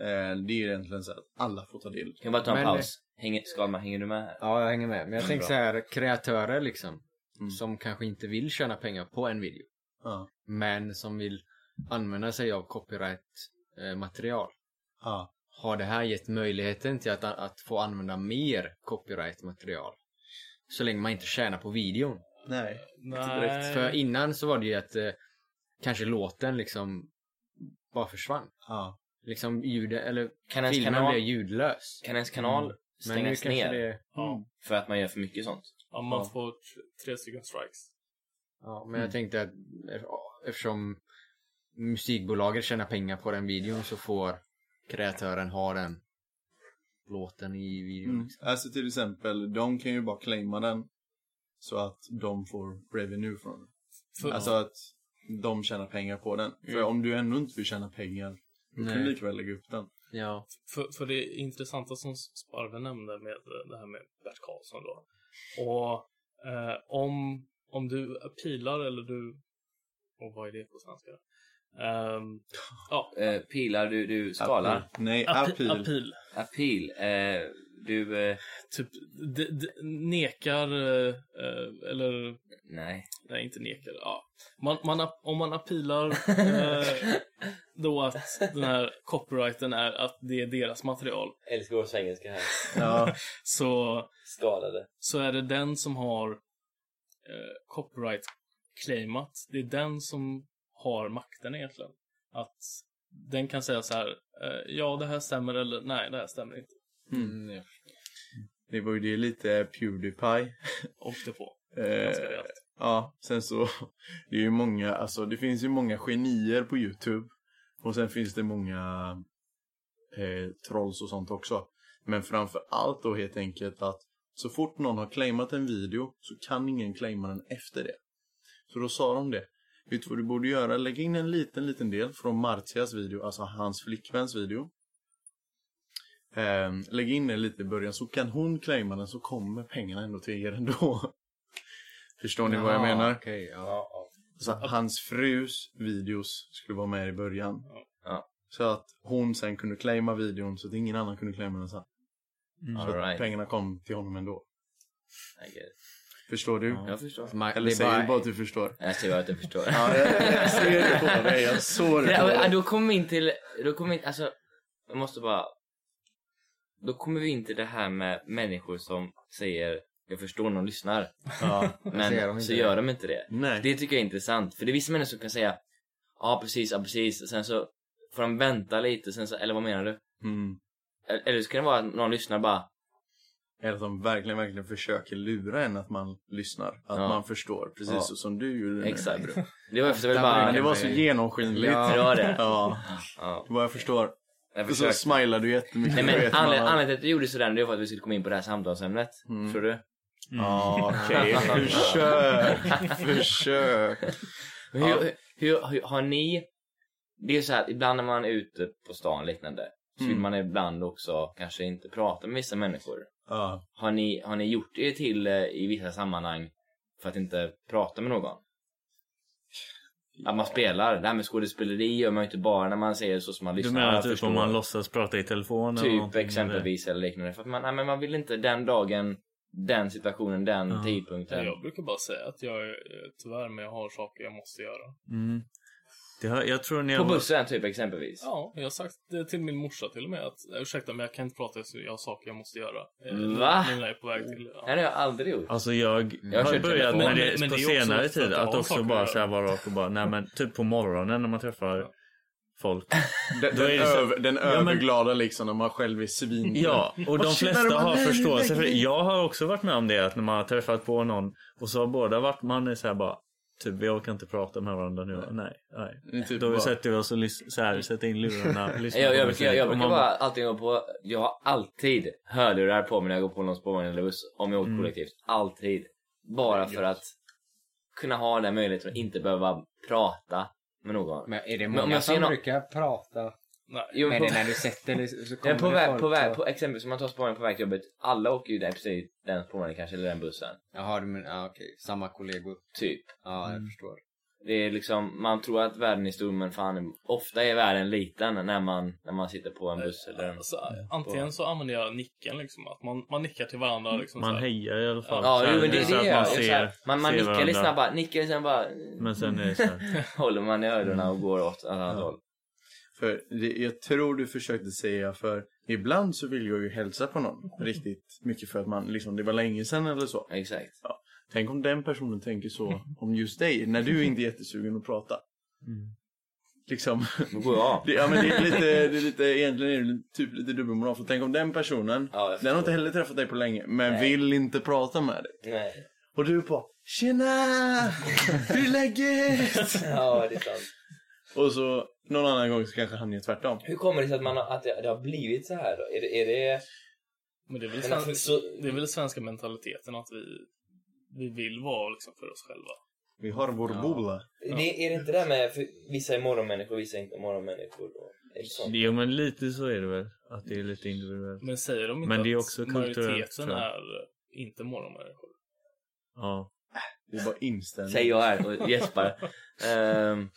S4: eh, det är egentligen så att alla får ta del.
S2: Kan jag bara ta
S1: Men-
S2: en paus? Hänger, Skalman, hänger du med här?
S1: Ja, jag hänger med. Men jag
S2: Mm,
S1: tänker
S2: bra.
S1: så här, kreatörer liksom.
S4: Mm.
S1: Som kanske inte vill tjäna pengar på en video.
S4: Ja,
S1: Men som vill använda sig av copyright-material.
S4: ja.
S1: Har det här gett möjligheten till att, att få använda mer copyright-material? Så länge man inte tjänar på videon.
S4: Nej.
S3: Nej,
S1: För innan så var det ju att eh, kanske låten liksom bara försvann.
S4: Ja.
S1: Liksom ljudet, eller
S2: Kan ens
S1: filmen blev
S2: kanal,
S1: ljudlös.
S2: kan ens kanal
S1: Men nu
S2: stängas
S1: kanske
S2: ner
S1: det...
S3: ja,
S2: för att man gör för mycket sånt?
S3: ja, man
S4: Ja.
S3: får t- tre stycken strikes.
S1: Ja, men jag tänkte att ef- eftersom musikbolaget tjänar pengar på den videon så får kreatören ha den låten i videon.
S4: Mm.
S1: liksom.
S4: Alltså till exempel, de kan ju bara claima den. Så att de får revenue från den.
S3: För,
S4: Alltså att de tjänar pengar på den. För om du ändå inte vill tjäna pengar, då kan du
S1: Nej.
S4: lika väl lägga upp den.
S1: Ja.
S3: För, för det intressanta som Sparven nämnde med eh, det här med Bert Karlsson då. Och eh, om, om du pilar eller du... Och vad är det på svenska? då? Ehm, ja,
S2: Eh, pilar, du, du skalar.
S4: Appeal. Nej,
S3: appeal.
S4: appeal.
S3: appeal.
S2: Appeal. Eh, du... Eh,
S3: Typ d- d- nekar eh, eh, eller...
S2: nej.
S3: Nej, inte nekar. Ja. Man, man, ap- om man appealar eh, då att den här copyrighten är att det är deras material
S6: Älskar vår svengelska här.
S4: Ja.
S3: så
S6: Skalade.
S3: så är det den som har eh, copyright-claimat. Det är den som har makten egentligen. Att den kan säga så här, eh, ja det här stämmer eller nej det här stämmer inte.
S1: Mm. ja.
S4: Det var ju det lite Pewdiepie.
S3: Åkte på. Ganska
S4: Eh,
S3: rejält.
S4: Ja, sen så, det är ju många, alltså det finns ju många genier på Youtube. Och sen finns det många eh, trolls och sånt också. Men framför allt då helt enkelt att så fort någon har claimat en video så kan ingen claima den efter det. Så då sa de det. Vet du vad du borde göra? Lägg in en liten, liten del från Martias video, alltså hans flickväns video. Eh, lägg in den lite i början så kan hon claima den så kommer pengarna ändå till er ändå. Förstår ni vad jag
S1: Jaha,
S4: menar?
S1: okej, ja.
S6: Ja, ja.
S4: Så att hans frus videos skulle vara med i början.
S2: Ja.
S4: Så att hon sen kunde claima videon så att ingen annan kunde claima den sen.
S2: All right.
S4: Pengarna kom till honom ändå.
S2: I get it.
S4: Förstår du?
S2: Jag förstår.
S1: Man,
S4: Eller
S1: det är
S4: säger
S1: bara,
S4: du bara att du förstår?
S2: Jag ser vad jag inte förstår.
S4: Ja, jag jag ser det på dig. Jag såg det
S2: Ja,
S4: på
S2: men, ah,
S4: dig.
S2: då kommer vi in till, då kommer vi in, alltså, jag måste bara. Då kommer vi in till det här med människor som säger jag förstår när de lyssnar.
S1: säger de
S2: Men
S1: inte
S2: så
S1: det.
S2: gör de inte det.
S4: Nej.
S2: Det tycker jag är intressant. För det är vissa människor som kan säga ja precis, ja precis. Och sen så får de vänta lite. Sen så, eller vad menar du?
S4: Mm.
S2: Eller- Eller så kan det vara att någon lyssnar bara
S4: Eller att de verkligen, verkligen försöker lura en att man lyssnar. Att
S2: Ja.
S4: man förstår. Precis
S2: Ja.
S4: så som du gjorde nu,
S2: Exakt.
S4: Ebro.
S2: Det var efter väl
S1: Där
S2: bara...
S4: Men det
S2: Det
S4: var så genomskinligt.
S1: Ja.
S2: var det.
S4: Ja,
S2: Ja.
S4: vad jag förstår.
S2: Jag
S4: Och så
S2: försökte.
S4: smilar du jättemycket.
S2: Nej,
S4: då
S2: men
S4: vet man
S2: anled-
S4: att-
S2: anledningen till att du gjorde sådär det var för att vi skulle komma in på det här samtalsämnet.
S4: Mm.
S2: Tror du?
S4: Ja, okej. Försök. Försök.
S2: Men hur, hur, hur, har ni... Det är ju så här, ibland när man är ute på stan och liknande så vill
S4: Mm.
S2: man ibland också kanske inte prata med vissa människor.
S4: Ja.
S2: Har ni, har ni gjort det till eh, i vissa sammanhang för att inte prata med någon? Att man spelar. Det här med skådespeleri gör man ju inte bara när man säger så som man
S5: Du
S2: lyssnar.
S5: menar
S2: Liksom. Jag
S5: typ
S2: förstår.
S5: om man låtsas prata i telefon? eller
S2: Typ
S5: någonting,
S2: exempelvis eller liknande. För att man, nej, men man vill inte den dagen, den situationen, den
S5: Ja.
S2: tidpunkten.
S3: Jag brukar bara säga att jag eh, tyvärr, men jag har saker jag måste göra.
S5: eller? Mm. Det har, jag tror när
S2: På
S5: jag var,
S2: bussen typ exempelvis.
S3: Ja, jag har sagt det till min morsa till och med att eh, ursäkta, men jag kan inte prata, så jag har saker jag måste göra. Eh,
S2: Va?
S3: Mina är på väg till... Ja.
S2: Nej, det har jag aldrig gjort.
S5: Alltså jag,
S2: Jag
S5: har
S2: kör
S5: börjat
S2: telefon.
S5: med
S3: Men-
S5: det
S3: men
S5: på
S3: det är också
S5: senare
S3: för att
S5: tid.
S3: jag
S5: Att
S3: har
S5: också
S3: saker
S5: bara
S3: att
S5: så här vara rak och bara, nej men typ på morgonen när man träffar folk.
S4: Den,
S5: Då är
S4: den,
S5: det så-
S4: över, den
S5: men-
S4: överglada liksom, när man själv är svin.
S5: Ja, och de
S4: Och tjenare,
S5: flesta
S4: man,
S5: har
S4: nej,
S5: förståelse
S4: nej,
S5: för det.
S4: nej.
S5: Jag har också varit med om det att när man har träffat på någon och så har båda varit, man är så här bara Typ, vi orkar inte prata med varandra nu. Nej, nej.
S4: Det är Typ
S5: Då
S4: bara-
S5: sätter vi oss och lys- så här, sätter in lurarna. lyssnar
S2: Jag, jag,
S5: på
S2: jag,
S5: musik.
S2: brukar, jag
S5: Och
S2: brukar
S5: man
S2: bara alltid gå på, jag har alltid hörlurar på mig när jag går på någon spårvagn eller buss. Om jag åker
S5: Mm.
S2: kollektivt. Alltid. Bara för att kunna ha den möjligheten att inte behöva prata med någon.
S1: men är det
S2: Men
S1: många
S2: om jag ser
S1: som
S2: någon-
S1: brukar prata
S3: Nej.
S2: Jo,
S1: med
S2: på,
S1: dig när du sätter dig? Så kommer
S2: men på
S1: det
S2: väg,
S1: folk
S2: på väg,
S1: och-
S2: på, exempelvis om man tar spårvagn på väg till jobbet. Alla åker ju den, precis den spårvagnen kanske, eller den bussen.
S1: Jaha, du menar, ah, okej. Samma kollegor.
S2: Typ.
S1: Ja, jag förstår.
S2: Det är liksom, man tror att världen är stor men fan, ofta är världen liten när man, när man sitter på en buss eller en...
S3: Alltså, antingen så använder jag nicken, liksom, att man, man nickar till varandra. Liksom,
S5: Man
S3: så här.
S5: hejar i alla fall.
S2: Ja,
S5: Så här,
S2: jo, men det
S5: så
S2: är
S5: att
S2: det.
S5: man
S2: Man,
S5: ser,
S2: ser, man, man
S5: ser
S2: nickar lite
S5: varandra.
S2: snabbt, nickar sen bara
S5: Men sen är det så här.
S2: håller man i öronen och går åt alla
S4: Ja.
S2: håll.
S4: För det, jag tror du försökte säga för ibland så vill jag ju hälsa på någon riktigt mycket för att man liksom, det var länge sedan eller så.
S2: Exakt.
S4: Tänk om den personen tänker så om just dig när du inte är jättesugen att prata.
S5: Mm.
S4: Liksom.
S2: Då går jag av.
S4: Det, ja men det är lite, det är lite egentligen är det typ lite dubbelmoral. För tänk om den personen,
S2: Ja, jag
S4: den har inte heller träffat dig på länge men
S2: Nej.
S4: vill inte prata med dig.
S2: Nej.
S4: Och du bara Tjena! Hur är läget?
S2: Ja, det är sant.
S4: Och så någon annan gång så kanske han är tvärtom.
S2: Hur kommer det sig att, man har, att det, det har blivit så här då? Är det... Är det...
S3: Men det är, väl
S2: Men alltså,
S3: sven-
S2: så-
S3: det är väl svenska mentaliteten att vi, vi vill vara liksom, för oss själva.
S4: Vi har vår
S1: Ja.
S4: bola.
S2: det är det inte det där med för vissa är morgonmänniskor och vissa är inte morgonmänniskor? Då? Är det sånt?
S5: Jo, men lite så är det väl. Att det är lite individuellt.
S3: Men säger de inte
S5: Men det är
S3: att
S5: också kulturellt,
S3: majoriteten
S5: tror jag.
S3: är inte morgonmänniskor?
S5: Ja.
S4: Det är bara inställning.
S2: Säger jag här och gäspar. Ehm,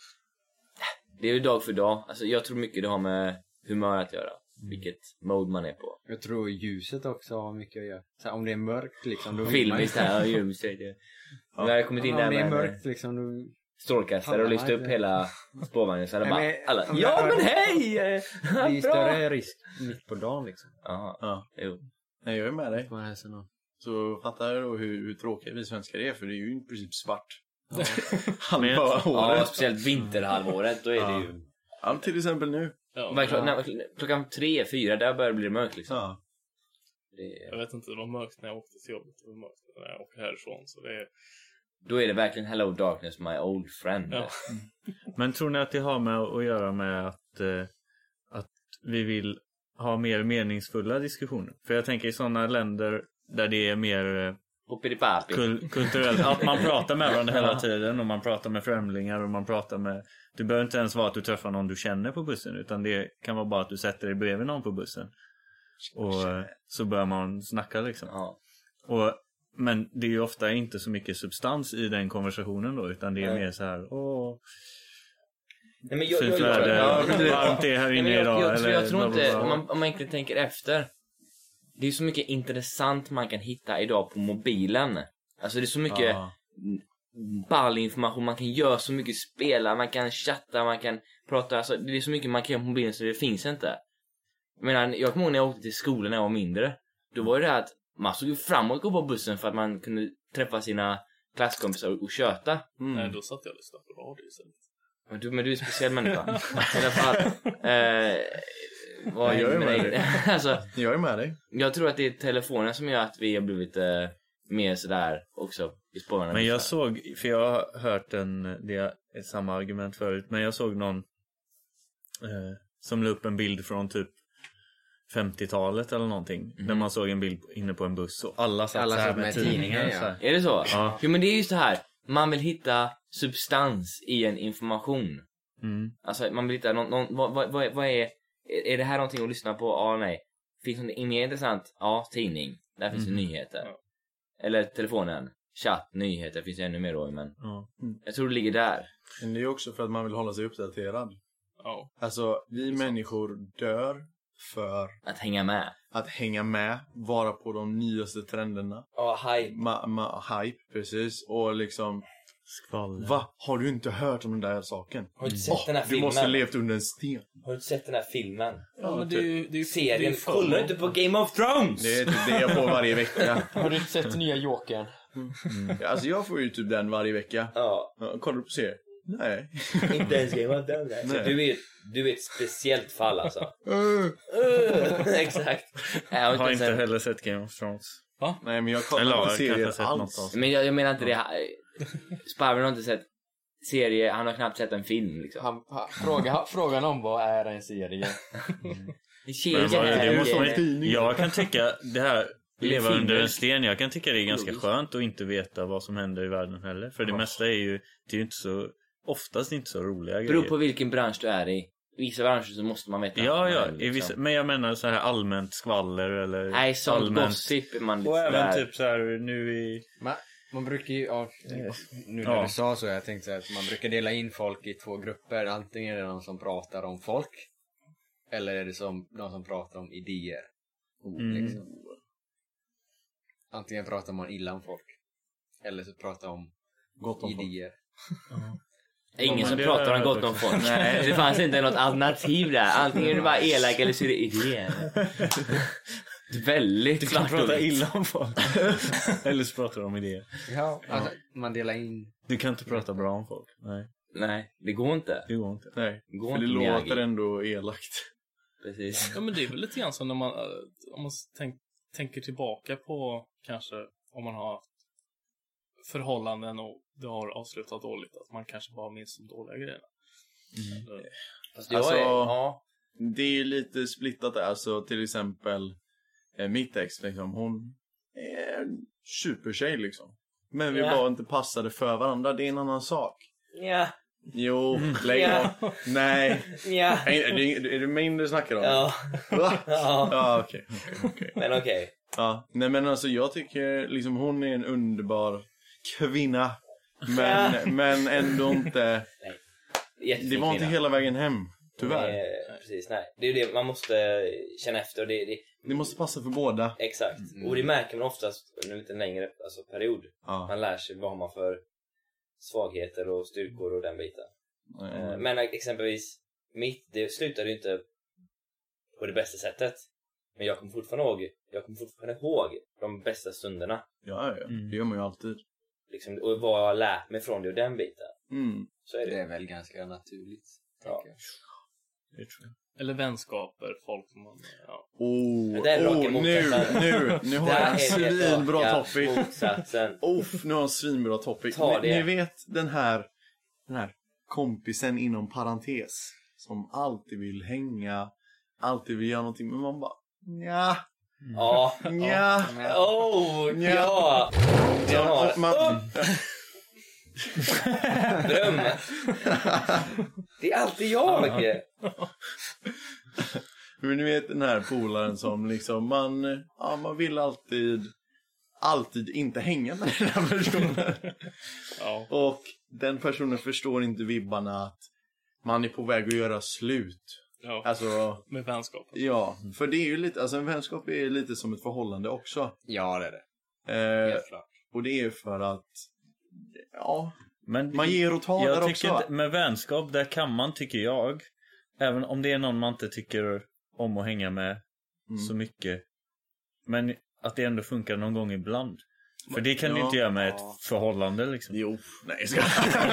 S2: det är ju dag för dag. Alltså, jag tror mycket det har med humör att göra.
S1: Mm.
S2: Vilket mode man är på.
S1: Jag tror ljuset också har mycket att göra. Så här, om det är mörkt liksom, då vill man ju...
S2: Filmiskt här, ja, ljus. Vi har kommit in
S1: Ja,
S2: där
S1: om det är
S2: med
S1: mörkt liksom, då...
S2: strålkastare och lyst upp hela spårvagnen så
S1: Nej,
S2: hade bara
S1: men-
S2: alla
S1: om
S2: Ja
S1: jag-
S2: men hej!
S1: Det är
S2: eh,
S1: ju
S2: Bra!
S1: större risk mitt på dagen liksom.
S2: Jaha,
S4: Ja.
S2: jo.
S4: Nej, jag är med dig.
S1: Får man hälsa någon.
S4: Så fattar jag då hur, hur tråkiga vi svenskar är för det är ju i princip svart.
S1: Ja.
S4: Halva
S5: Men jag-
S2: Ja,
S4: året.
S2: speciellt vinterhalvåret då är det
S4: Ja.
S2: ju...
S4: Ja, till exempel nu.
S3: Ja,
S2: Men klockan, nej, klockan tre, fyra, där börjar det bli mörkt liksom.
S4: Ja.
S2: Det, är-
S3: Jag vet inte, det var mörkt när jag åkte till jobbet. Det var mörkt när jag åker härifrån. Så det är...
S2: då är det verkligen hello darkness my old friend.
S3: Ja.
S5: Men tror ni att det har med att göra med att, eh, att vi vill ha mer meningsfulla diskussioner? För jag tänker i sådana länder där det är mer eh,
S2: Hoppidi-papi.
S5: kul kulturellt, att man pratar med varandra hela tiden och man pratar med främlingar och man pratar med... Det behöver inte ens vara att du träffar någon du känner på bussen utan det kan vara bara att du sätter dig bredvid någon på bussen. Och eh, så börjar man snacka liksom.
S2: Ja.
S5: Och, men det är ju ofta inte så mycket substans i den konversationen då utan det är
S2: Nej.
S5: mer så här åh,
S2: Nej, men jag, jag,
S5: fint
S2: jag,
S5: väder,
S2: ja,
S5: varmt det är här
S2: Nej, men
S5: inne
S2: jag,
S5: idag.
S2: jag, tror- jag
S5: eller
S2: tror
S5: bla, bla,
S2: inte,
S5: bla.
S2: om man, om man egentligen tänker efter. det är så mycket intressant man kan hitta idag på mobilen. Alltså det är så mycket
S5: Ja.
S2: ball information, man kan göra så mycket spela, man kan chatta, man kan prata, alltså det är så mycket man kan göra på mobilen så det finns inte. Jag menar, jag kommer ihåg när jag åkte till skolan när jag var mindre. Då var det det här att man såg ju fram emot att gå på bussen för att man kunde träffa sina klasskompisar och, och köta.
S3: Nej,
S5: Mm.
S3: då satt jag och lyssnade på radio istället.
S2: Men du, men du är en speciell människa. I alla fall. Eh, vad
S4: Jag är
S2: jag,
S4: med
S2: med
S4: dig.
S2: dig? alltså,
S4: Jag är med dig.
S2: jag tror att det är telefonen som gör att vi har blivit eh, mer sådär också i spåren.
S5: Men jag såg, för jag har hört en, det är samma argument förut, men jag såg någon eh, som la upp en bild från typ 50-talet eller någonting. Där man såg en bild inne på en buss och alla satt
S1: Alla
S5: så här
S1: satt
S5: med,
S1: med
S5: tidningar.
S1: tidningar, ja.
S5: så här.
S2: Är det så?
S5: Ja.
S2: Jo men det är ju så här. Man vill hitta substans i en information.
S5: Mm.
S2: Alltså man vill hitta någon, någon vad, vad, vad, vad är, är- är det här någonting att lyssna på? Ja, nej. Finns det något mer intressant? Ja, tidning. Där finns det nyheter.
S3: Ja.
S2: Eller telefonen. Chatt, nyheter finns det ännu mer då men
S5: Ja.
S2: jag tror det ligger där.
S4: Men det är också för att man vill hålla sig uppdaterad.
S3: Ja.
S4: Alltså, vi människor dör för
S2: Att hänga med.
S4: att hänga med, vara på de nyaste trenderna.
S6: Ja, haj.
S4: Ma- ma- hype, precis. Och liksom,
S5: Skvaller.
S4: va? Har du inte hört om den där saken?
S6: Har du inte sett den här
S4: Åh, du måste ha
S6: filmen?
S4: levt under en sten.
S6: Har du inte sett den här filmen?
S3: Ja, men det är ju... Det är ju det är
S6: Serien.
S3: ju för-
S6: Kollar du inte på Game of Thrones?
S4: Det är typ det jag får varje vecka.
S7: Har du inte sett nya Jokern?
S4: Alltså jag får ju typ den varje vecka.
S6: Ja,
S4: Ja, Kollar du på serier? Nej.
S6: inte ens Game of Thrones. Så
S4: Nej.
S6: du, är, du är ett speciellt fall alltså. Exakt.
S2: Nej, jag
S5: har inte
S2: sen-
S5: heller sett Game of Thrones.
S4: Nej men jag
S5: Eller
S4: kollar
S5: ja,
S4: inte på
S5: jag kanske har
S4: serier
S5: sett något
S4: alls.
S5: avsnitt.
S2: Men jag, jag menar inte det. Sparven har inte sett serie, han har knappt sett en film liksom.
S7: Han, han, fråga, frågan om vad är en serie?
S5: Men
S2: Serien
S5: vad-
S2: är
S5: det måste man
S2: ju...
S5: ju- Jag kan tycka det här leva
S2: filmer.
S5: under en sten. Jag kan tycka det är ganska
S2: Logiskt.
S5: skönt att inte veta vad som händer i världen heller. För det mesta är ju, det är ju inte så, oftast inte så roliga
S2: Beror
S5: grejer.
S2: på vilken bransch du är i. I vissa branscher så måste man veta.
S5: Ja, ja.
S2: Men, liksom.
S5: I vissa, men jag menar så här allmänt skvaller eller
S2: Nej, sånt gossip är man lite
S5: Och även
S2: sådär.
S5: typ så här nu i...
S1: Man, man brukar ju, ja, nu när
S5: Ja.
S1: du sa så, jag tänkte så här, att man brukar dela in folk i två grupper. Antingen är det de som pratar om folk, eller är det som, de som pratar om idéer.
S5: Mm.
S1: Liksom. Antingen pratar man illa om folk, eller så pratar man
S4: Gott
S1: om
S4: om
S1: idéer.
S5: Ja,
S2: Ingen
S5: men
S2: som
S5: det
S2: pratar
S5: har
S2: om
S5: jag
S2: gott
S5: hört
S2: om
S5: också.
S2: folk. Det fanns inte något alternativ där. Antingen är du bara elak eller så är det idén. Väldigt
S5: De pratar
S2: svartvitt.
S5: illa om folk. eller så pratar de om idéer.
S1: Ja, alltså, man delar in...
S5: Du kan inte prata bra om folk. Nej,
S2: Nej, det går inte.
S5: det går inte.
S4: Nej,
S2: Det går
S4: för det
S2: inte med
S4: låter
S2: Agge.
S4: ändå elakt.
S2: Precis.
S3: Ja, men det är väl lite grann som när man, eh, om man tänk, tänker tillbaka på kanske om man har haft förhållanden och det har avslutat dåligt, att man kanske bara minns de dåliga grejerna. Eller-
S6: Fast jag
S4: Alltså-
S6: är, ja.
S4: Det är lite splittat där. Alltså till exempel eh, mitt ex, liksom, hon är en supertjej liksom. Men vi
S6: Ja.
S4: var inte passade för varandra, det är en annan sak.
S6: Ja,
S4: Jo, lägg
S6: Ja.
S4: av. Nej.
S6: ja.
S4: Nej, Är det, är det min du snackar om?
S6: Ja,
S4: Va?
S6: Ja.
S4: Ja, okej. okej, okej.
S6: men okej.
S4: Ja. Nej men alltså jag tycker liksom hon är en underbar kvinna. Men,
S6: Ja.
S4: men ändå inte.
S6: Jättefin
S4: Det var inte
S6: kvinna.
S4: hela vägen hem. Tyvärr.
S6: Eh, precis, nej. Det är ju det man måste eh, känna efter. Och det, det,
S4: Det måste passa för båda.
S6: exakt. Och det märker man oftast under en lite längre alltså, period.
S4: Mm. Ja.
S6: Man lär sig vad har man för svagheter och styrkor och den biten. Eh, Men exempelvis mitt, det slutade ju inte på det bästa sättet. Men jag kommer fortfarande ihåg, jag kommer fortfarande ihåg de bästa stunderna.
S4: Ja, ja.
S5: Mm.
S4: Det gör man ju alltid.
S6: Liksom, och vad jag har lärt mig från det och den biten.
S4: Mm.
S6: Så är det.
S1: Det är väl ganska naturligt.
S6: Ja.
S1: tänker jag.
S5: Det tror jag.
S3: Eller vänskaper, folk som man... Ja.
S4: Oh,
S6: Det där rakar
S4: oh
S6: mot
S4: nu,
S6: detta.
S4: nu, nu har
S6: Där
S4: jag
S6: är
S4: en
S6: det
S4: svinbra
S6: raka
S4: topic.
S6: Motsatsen.
S4: Uff, nu har jag en svinbra topic.
S6: Ta
S4: Ni,
S6: det.
S4: ni vet den här, den här kompisen inom parentes som alltid vill hänga, alltid vill göra någonting, men man bara nja,
S6: Ja.
S4: nja.
S6: Oh, ja! Ja,
S4: Och man,
S6: dröm! Det är alltid jag!
S4: men ni vet den här polaren som liksom man, ja, man vill alltid, alltid inte hänga med den här personen.
S3: ja.
S4: Och den personen förstår inte vibbarna att man är på väg att göra slut.
S3: Ja,
S4: Alltså,
S3: med vänskapen.
S4: ja. För det är ju lite, alltså en vänskap är lite som ett förhållande också.
S1: Ja, det är det.
S4: Eh,
S1: Helt klart.
S4: och det är för att, ja,
S5: Men
S4: man ger och tar där
S5: jag
S4: också.
S5: tycker
S4: va?
S5: inte, med vänskap, där kan man, tycker jag, även om det är någon man inte tycker om att hänga med
S4: Mm.
S5: så mycket, men att det ändå funkar någon gång ibland. För det kan du
S4: Ja.
S5: inte göra
S4: Ja.
S5: med ett förhållande liksom.
S4: Jo, nej ska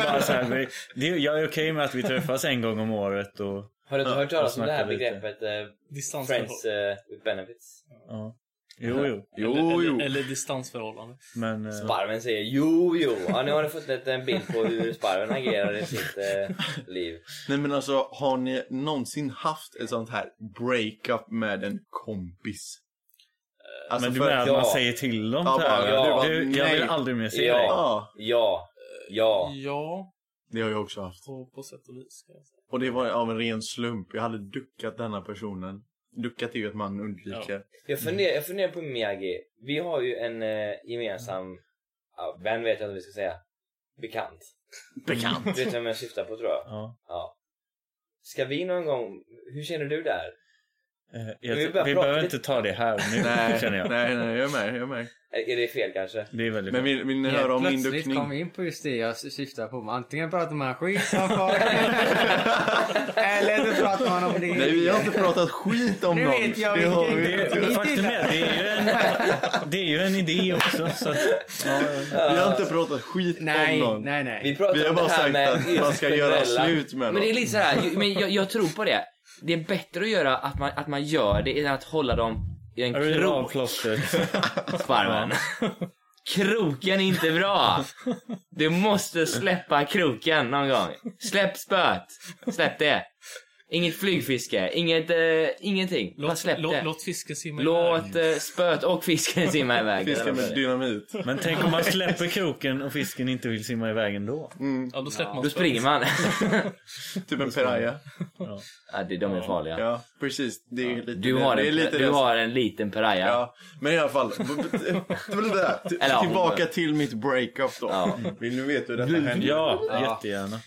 S5: Bara så här, vi- det, jag är okej med att vi träffas en gång om året och...
S6: Har du inte hört talas om det här
S5: snackar lite.
S6: begreppet eh,
S3: Distansförhållande.
S6: Friends eh, with benefits?
S5: Ja. Jo,
S4: Eh,
S5: jo.
S4: Jo, jo.
S3: Eller, eller distansförhållande.
S5: Men... eh,
S4: alltså
S6: Sparven säger jo, jo. Ja, nu har ni fått en bild på hur sparven agerar i sitt eh, liv.
S4: Nej men alltså, har ni någonsin haft ett sånt här breakup med en kompis? Alltså,
S5: men du
S4: för-
S5: menar att man
S6: ja.
S5: säger till dem
S4: Ja,
S5: så här?
S6: bara, ja,
S5: du, jag
S4: nej.
S5: vill aldrig mer se
S6: Ja.
S5: dig.
S4: Ja,
S6: Ja, ja.
S3: Ja,
S4: det har jag också haft.
S3: på, på sätt och vis. Ska jag säga.
S4: Och det var av en ren slump. Jag hade duckat denna personen. Duckat är ju att man undviker.
S6: Jag funderar, jag funderar på Miyagi. Vi har ju en eh, gemensam, ja, vän vet jag inte vad vi ska säga, bekant.
S4: Bekant.
S6: Du vet vem jag syftar på tror jag.
S5: Ja.
S6: Ja. Ska vi någon gång, hur känner du där?
S5: Eh,
S6: Men
S5: Jag,
S6: vi
S5: vi
S6: börjar prata
S5: behöver
S6: lite-
S5: inte ta det här nu,
S4: Nej,
S5: känner jag.
S4: nej, nej, jag är med, jag är med.
S6: Är, är det fel kanske?
S5: Det är väldigt
S4: Men vill, vill ni höra om min
S1: plötsligt
S4: duckning?
S1: kom vi in på just det jag syftar på. Antingen pratar man skit om folk eller så pratar man om det.
S4: Nej, vi har inte pratat skit om
S1: Nu
S4: någon.
S1: vet jag
S4: det
S1: vilken-
S4: har vi.
S5: Det,
S1: Inte
S5: faktum är, det är, ju en, det är ju en idé också. Så att, ja,
S4: vi har inte pratat skit
S1: Nej,
S4: om någon.
S1: nej,
S6: Vi
S1: nej.
S6: pratar
S4: Vi har
S6: om
S4: bara
S6: det här
S4: sagt
S6: med
S4: att man ska göra
S6: generella-
S4: slut med
S2: Men det är
S4: någon.
S2: lite så här, ju- men jag, jag tror på det. Det är bättre att göra att man, att man gör det än att hålla dem i en
S5: jag river av
S2: krok,
S5: plåstret.
S2: Sparven. Kroken är inte bra. Du måste släppa kroken någon gång. Släpp spöet. Släpp det. Inget flygfiske, inget, eh, ingenting. Bara
S3: Låt,
S2: släpp
S3: låt,
S2: det.
S3: låt fisken simma iväg.
S2: Låt eh, spöet och fisken simma iväg.
S4: Fiska med dynamit.
S5: Men tänk om man släpper kroken och fisken inte vill simma iväg ändå.
S4: Mm,
S3: Ja, då släpper man
S2: Då springer man.
S4: typ en piraya.
S2: ja, det- de är farliga.
S4: Ja, precis. Det är lite
S2: Du har
S4: det är
S2: en,
S4: lite
S2: du
S4: det-
S2: har en liten piraya.
S4: Ja, men i alla fall. Till-
S2: Eller-
S4: Tillbaka till mitt breakup då.
S2: Ja.
S4: Vill ni veta hur detta hände?
S5: Ja, jättegärna.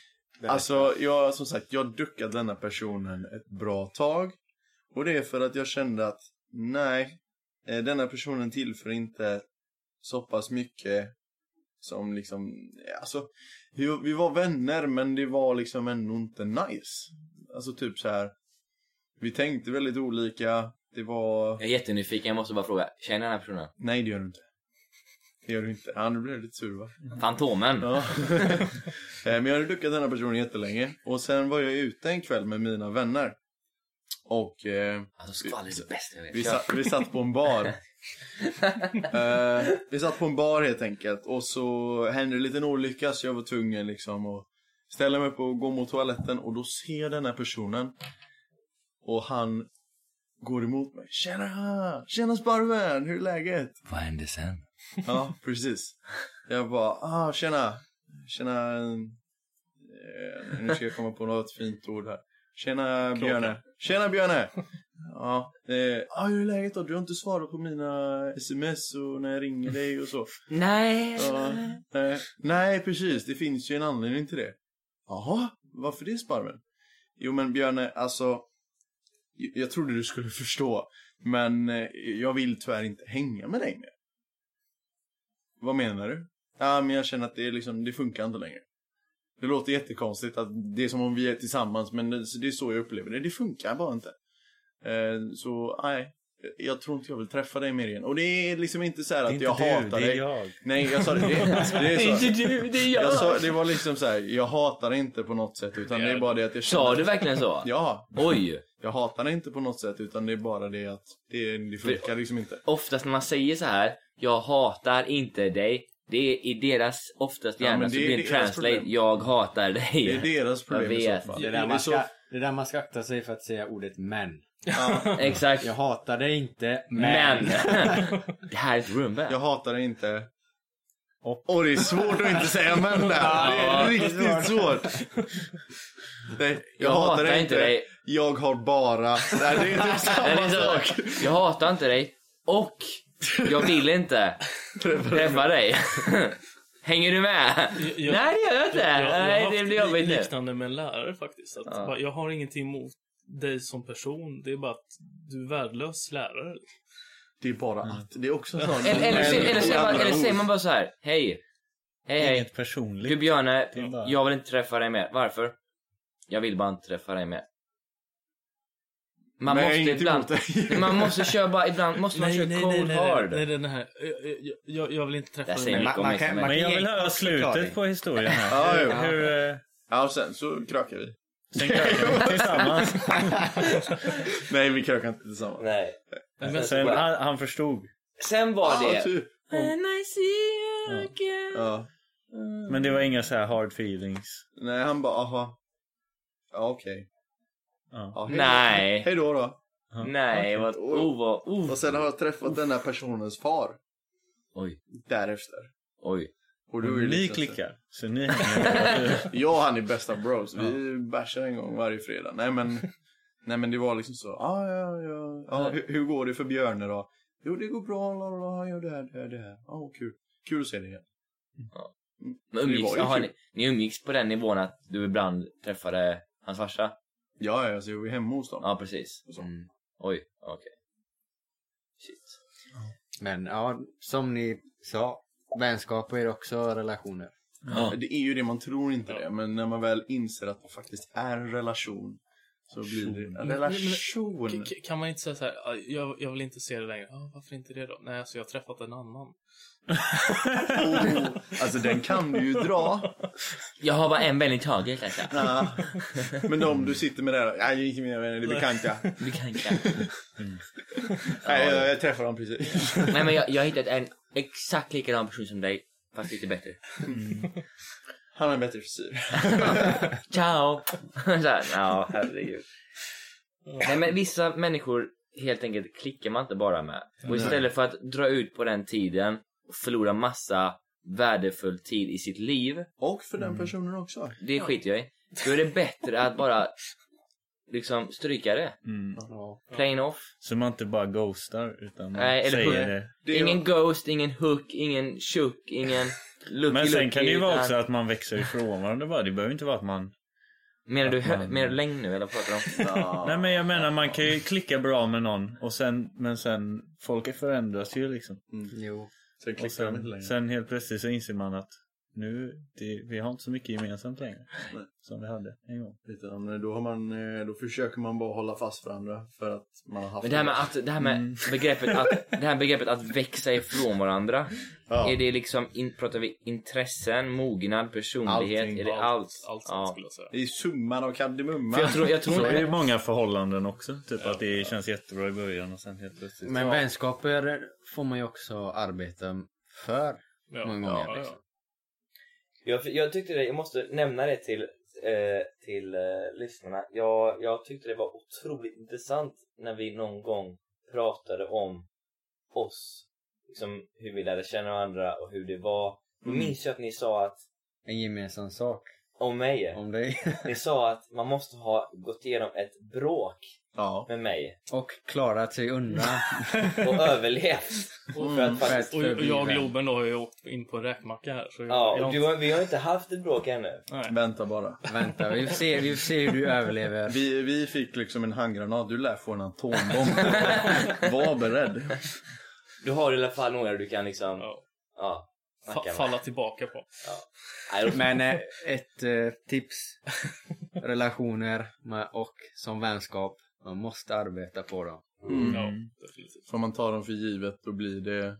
S4: Alltså, jag, som sagt, jag duckade denna personen ett bra tag. Och det är för att jag kände att nej, eh, denna personen tillför inte så pass mycket som liksom, eh, alltså, vi, vi var vänner men det var liksom ändå inte nice. Alltså typ så här. vi tänkte väldigt olika, det var...
S2: Jag är jättenyfiken, jag måste bara fråga. Känner den här personen?
S4: Nej, det gör du inte. Det gör du inte. Ja, nu blev jag lite sur va?
S2: Fantomen?
S4: Ja. Eh, Men jag hade duckat den här personen jättelänge. Och sen var jag ute en kväll med mina vänner. Och eh,
S2: Alltså skvaller är det bästa jag
S4: vi,
S2: vet.
S4: sa, vi satt på en bar. eh, vi satt på en bar helt enkelt. Och så hände en liten olycka så jag var tvungen liksom att ställa mig upp och gå mot toaletten. Och då ser jag den här personen. Och han går emot mig. Tjena! Tjena Sparven! Hur är läget?
S2: Vad hände sen?
S4: Ja, precis. Jag bara, ah, tjena. Tjena. eh, Nu ska jag komma på något fint ord här. Tjena Björne. Tjena Björne! Ja, eh, ah, hur är läget då? Du har inte svarat på mina sms och när jag ringer dig och så.
S2: Nej!
S4: Ja, nej, nej, precis. Det finns ju en anledning till det. Jaha, varför det Sparven? Jo men Björne, alltså. j- Jag trodde du skulle förstå. Men eh, jag vill tyvärr inte hänga med dig mer. Vad menar du? Ja, men jag känner att det, är liksom, det funkar inte längre. Det låter jättekonstigt att det är som om vi är tillsammans, men det, så det är så jag upplever det. Det funkar bara inte. Eh, så nej, jag tror inte jag vill träffa dig mer igen. Och det är liksom inte så här
S5: Det är
S4: att jag
S5: inte du,
S4: hatar
S5: det är
S4: dig.
S5: jag.
S4: Nej, jag sa det. Det, det är så.
S2: du, det är
S4: Jag sa, det var liksom så här, jag hatar inte på något sätt utan det är bara det att jag
S2: Sa
S4: känner...
S2: du verkligen så?
S4: Ja,
S2: Oj!
S4: jag hatar inte på något sätt utan det är bara det att det, det funkar liksom inte.
S2: Oftast när man säger så här, jag hatar inte dig. Det är i deras, oftast
S4: Ja,
S2: gärna
S4: men
S2: så
S4: det är
S2: blir det
S4: deras
S2: translate,
S4: problem.
S2: jag hatar dig.
S4: Det är deras problem i
S2: vet.
S4: så fall.
S1: Det där, man ska, det där man ska akta sig för att säga ordet men.
S2: Exakt.
S1: Jag hatar dig inte, men.
S2: Men! det här är ett rumba.
S4: Jag hatar det inte. Och det är svårt att inte säga men där. Det är riktigt svårt. Nej, jag, hatar, det inte dig. Jag har bara. Nej, det är typ
S2: Nej, det
S4: samma
S2: är så.
S4: sak.
S2: Jag hatar inte dig. Och jag vill inte träffa dig. Hänger du med?
S3: Jag- jag-
S2: Nej, det gör jag inte.
S3: Jag, jag, jag har
S2: Nej,
S3: haft
S2: det blir jobbigt
S3: li-
S2: nu.
S3: liknande med en lärare faktiskt. Att
S2: Ja.
S3: bara, jag har ingenting emot dig som person, det är bara att du är värdelös lärare.
S4: Det är bara att. Det är också en sån...
S2: Eller, eller, eller, eller, säger man, eller säger man bara så här. Hej. Hej hej.
S5: Inget personligt.
S2: Du Björne,
S5: Det är bara-
S2: jag vill inte träffa dig mer. Varför? Jag vill bara inte träffa dig mer. Man
S4: Nej,
S2: måste
S4: inte
S2: ibland...
S4: emot dig.
S2: Nej, man måste köra bara, ibland måste man köra cold
S3: nej, nej,
S2: hard.
S3: nej, den här. Jag, jag- jag, jag vill inte träffa
S2: Där säger
S3: mer.
S2: man-
S8: man kan- man
S5: Men jag vill höra
S8: Kort förklaring.
S5: slutet på historien här.
S4: Ja, jo.
S5: Hur... eh,
S4: Ja, och sen så krökar vi.
S5: Sen krökar vi tillsammans.
S4: Nej, vi krökar inte tillsammans.
S6: Nej.
S5: Men sen, han, han förstod.
S6: Sen
S3: Ah,
S6: var det...
S4: Ja, typ. Ja.
S5: Men det var inga så här hard feelings.
S4: Nej, han bara, aha. Ja, okej.
S5: Ja.
S4: Ja, hej då.
S2: Nej.
S4: Hej då då.
S2: Nej,
S3: Ah, typ.
S2: vad... Oh, vad... Oh.
S4: Och sen har jag träffat den här personens far
S2: Oj,
S4: därefter.
S2: oj.
S4: Och
S5: Och
S4: är ju
S5: ni
S4: liksom så-
S5: klickar. Så ni hänger
S4: Jag och han är bästa bros. Vi bashar en gång varje fredag. Nej men, nej, men det var liksom så. Ah, ja, ja, ja. Hur, hur går det för Björne då? Jo, det går bra. La, la, la, han gör det här, det här, det här. Ja, oh, kul. Kul att se dig igen.
S2: Men
S4: Det
S2: umgicks,
S4: var ju
S2: aha,
S4: kul.
S2: ni, ni umgicks på den nivån att du ibland träffade hans farsa?
S4: Ja, ja, så jag är hemma hos dem.
S2: Ja, precis.
S4: Och så.
S2: Mm. Oj, okej. Shit.
S1: Men ja, som ni sa, vänskap är också relationer.
S2: Ja.
S4: Det är ju det man tror inte det, men när man väl inser att man faktiskt är en relation så blir det en relation.
S3: K- k- Kan man inte säga så här, "Ah, jag, jag vill inte se det längre. Ah, varför inte det då? Nej, alltså jag har träffat en annan.
S4: Oh, alltså den kan du ju dra.
S2: Jag har bara en vän i taget alltså.
S4: Ja. Men om du sitter med det här, nej, jag är inte med vänner, det är bekanta.
S2: Vi kan inte.
S4: Nej, jag, jag träffade dem precis.
S2: Nej men jag, jag har hittat en exakt likadan person som dig. Fast lite bättre.
S4: Han har en bättre frisyr.
S2: Ciao! Så här, ja, herregud. Nej men vissa människor helt enkelt klickar man inte bara med. Och istället för att dra ut på den tiden och förlora massa värdefull tid i sitt liv.
S4: Och för
S5: Mm.
S4: den personen också.
S2: Det skiter jag i. Då är det bättre att bara liksom stryka det.
S5: mm.
S2: Plain off.
S5: Så man inte bara ghostar utan man
S2: Nej, eller
S5: säger
S2: hugger.
S5: det.
S4: Det är-
S2: Ingen ghost, ingen hook, ingen tjock, ingen lucky
S5: Men sen
S2: lucky,
S5: kan det ju vara
S2: utan-
S5: också att man växer ifrån varandra bara. Det behöver inte vara att man...
S2: Menar du, hö-
S5: man-
S2: menar du längd nu eller vad pratar du om?
S5: Nej men jag menar man kan ju klicka bra med någon och sen, men sen... Folk förändras ju liksom.
S1: Jo.
S4: Sen
S5: Och
S4: klickar de inte
S5: sen,
S4: längre.
S5: sen helt plötsligt så inser man att nu, det, vi har inte så mycket gemensamt längre.
S4: Nej.
S5: Som vi hade en gång.
S4: Utan då, har man, eh, då försöker man bara hålla fast varandra för att man har haft
S2: Men det här med, att, det här med begreppet, att, det här begreppet att växa ifrån varandra.
S4: Ja.
S2: Är det liksom, in, pratar vi intressen, mognad, personlighet?
S4: Allting.
S2: är det allt?
S3: Allt sånt
S2: ja.
S3: skulle jag säga.
S4: Det är summan av kardemumma.
S2: För jag tror, jag tror
S5: Så är det
S2: inte...
S5: många förhållanden också. Typ att det känns jättebra i början och sen helt plötsligt.
S1: Men vänskaper får man ju också arbeta för
S3: Ja.
S1: många gånger.
S3: Ja,
S1: liksom.
S3: ja.
S6: Jag, jag tyckte det, jag måste nämna det till, eh, till eh, lyssnarna. Jag, jag tyckte det var otroligt intressant när vi någon gång pratade om oss. Liksom hur vi lärde känna varandra och hur det var. Då minns jag att ni sa att,
S1: En gemensam sak
S6: om mig,
S1: om dig.
S6: ni sa att man måste ha gått igenom ett bråk
S4: Ja.
S6: med mig
S1: Och klarat sig undan.
S6: och överlevt. För att faktiskt,
S1: Fett
S3: Och, och jag och
S1: förbi vän.
S3: Globen då har ju åkt in på en räkmacka här. Så jag,
S6: ja,
S3: jag,
S6: och du, har- vi har inte haft ett bråk ännu.
S3: nej.
S4: Vänta bara.
S1: Vänta, vi får, se, vi får se hur du överlever.
S4: Vi, vi fick liksom en handgranat. Du lär få en atombomb. Var beredd.
S6: Du har i alla fall några du kan liksom, ja,
S3: Ja.
S6: snacka
S3: Fa-
S6: med.
S3: falla tillbaka på.
S6: Nej, då-
S1: Men eh, ett eh, tips. Relationer med, och som vänskap. Man måste arbeta på dem.
S3: Ja, definitivt.
S4: Mm. Får man ta dem för givet då blir det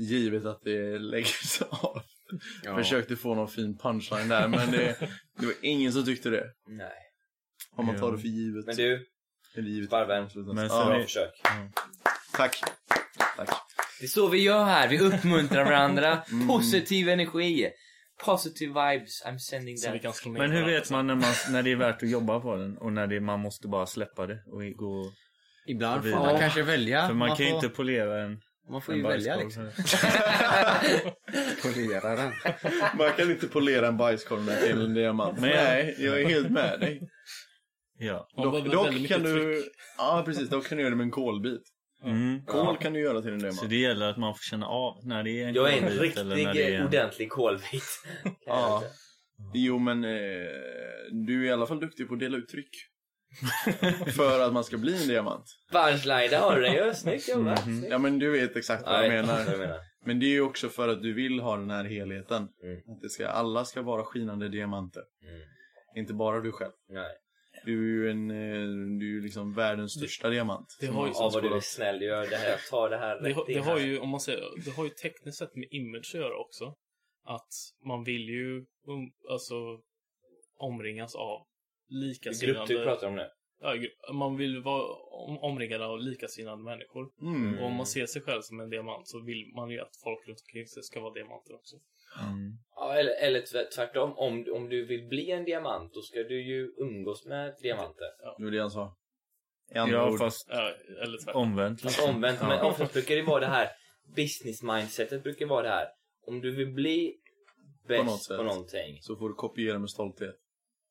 S4: givet att det lägger sig av.
S1: Ja.
S4: Försökte få någon fin punchline där men det, det var ingen som tyckte det.
S6: Nej.
S4: Om man tar
S5: Ja.
S4: det för givet.
S6: Men du,
S4: Eller givet.
S6: Barben.
S5: Men sen
S4: ja,
S5: är-
S6: försök.
S4: Tack. Tack.
S2: Det är så vi gör här, vi uppmuntrar varandra.
S3: Mm.
S2: Positiv energi. Positive vibes, I'm sending
S3: Så vi
S2: that.
S3: kan slå ner
S5: Men hur
S3: varandra.
S5: vet man när, man när det är värt att jobba på den och när det, man måste bara släppa det? Och gå,
S1: Ibland får
S5: Ja.
S1: Ah, man kanske välja.
S5: för man, kan ju
S1: får,
S5: inte polera en,
S1: man får
S5: en
S1: ju välja
S5: bajskorv.
S1: liksom. Polera den.
S4: Man kan inte polera en bajskorv med till en diamant.
S5: Men jag-
S4: Nej, jag är helt med dig.
S5: Ja.
S3: Man
S4: Dock,
S3: behöver väldigt
S4: dock
S3: mycket
S4: kan du...
S3: tryck.
S4: Ja, precis. Dock kan du göra det med en kolbit.
S5: Mm.
S4: Kol kan du göra till en
S5: Så
S4: diamant.
S5: det gäller att man får känna av när det är en
S6: Jag är en
S5: kolbit eller när
S6: riktig,
S5: det är en-
S6: ordentlig kolbit.
S4: Ja. Jo, men eh, du är i alla fall duktig på att dela ut tryck. för att man ska bli en diamant.
S2: Punchliner har du den ju. Snyggt jobbat.
S3: Mm-hmm.
S2: Snyggt.
S4: Ja, men du vet exakt vad
S2: Ja,
S4: jag
S2: vet vad du
S4: menar.
S2: menar.
S4: Men det är ju också för att du vill ha den här helheten.
S2: Mm.
S4: Att det ska, alla ska vara skinande diamanter.
S2: Mm.
S4: Inte bara du själv.
S2: Nej.
S4: Du är ju en, eh, du är ju liksom världens största diamant. Mm.
S3: Det har ju,
S2: Ja, vad du är snäll. Du gör det här. Jag tar det här
S3: Liksom det,
S2: rätt
S3: har-
S2: in
S3: det har
S2: här.
S3: ju, om man säger, det har ju tekniskt sett med image att göra också. Att man vill ju um, alltså omringas av
S2: Grupp du
S4: alltså.
S3: likasinnade...
S2: pratar om nu.
S3: Ja, gru- man vill vara om- omringad av likasinnade människor.
S4: Mm.
S3: Och om man ser sig själv som en diamant så vill man ju att folk runt omkring sig ska vara diamanter också.
S5: Mm.
S2: Ja, eller, eller tvärt- tvärtom. Om, om du vill bli en diamant då ska du ju umgås med diamanter.
S4: Det var det han sa. I andra
S5: Ja,
S4: ord.
S5: fast
S3: Ja, Äh, eller tvärtom.
S5: omvänt.
S2: Alltså omvänt. Men oftast brukar det vara det här business mindsetet brukar vara det här. Om du vill bli
S4: På något
S2: bäst på,
S4: sätt.
S2: någonting.
S4: Så får du kopiera med stolthet.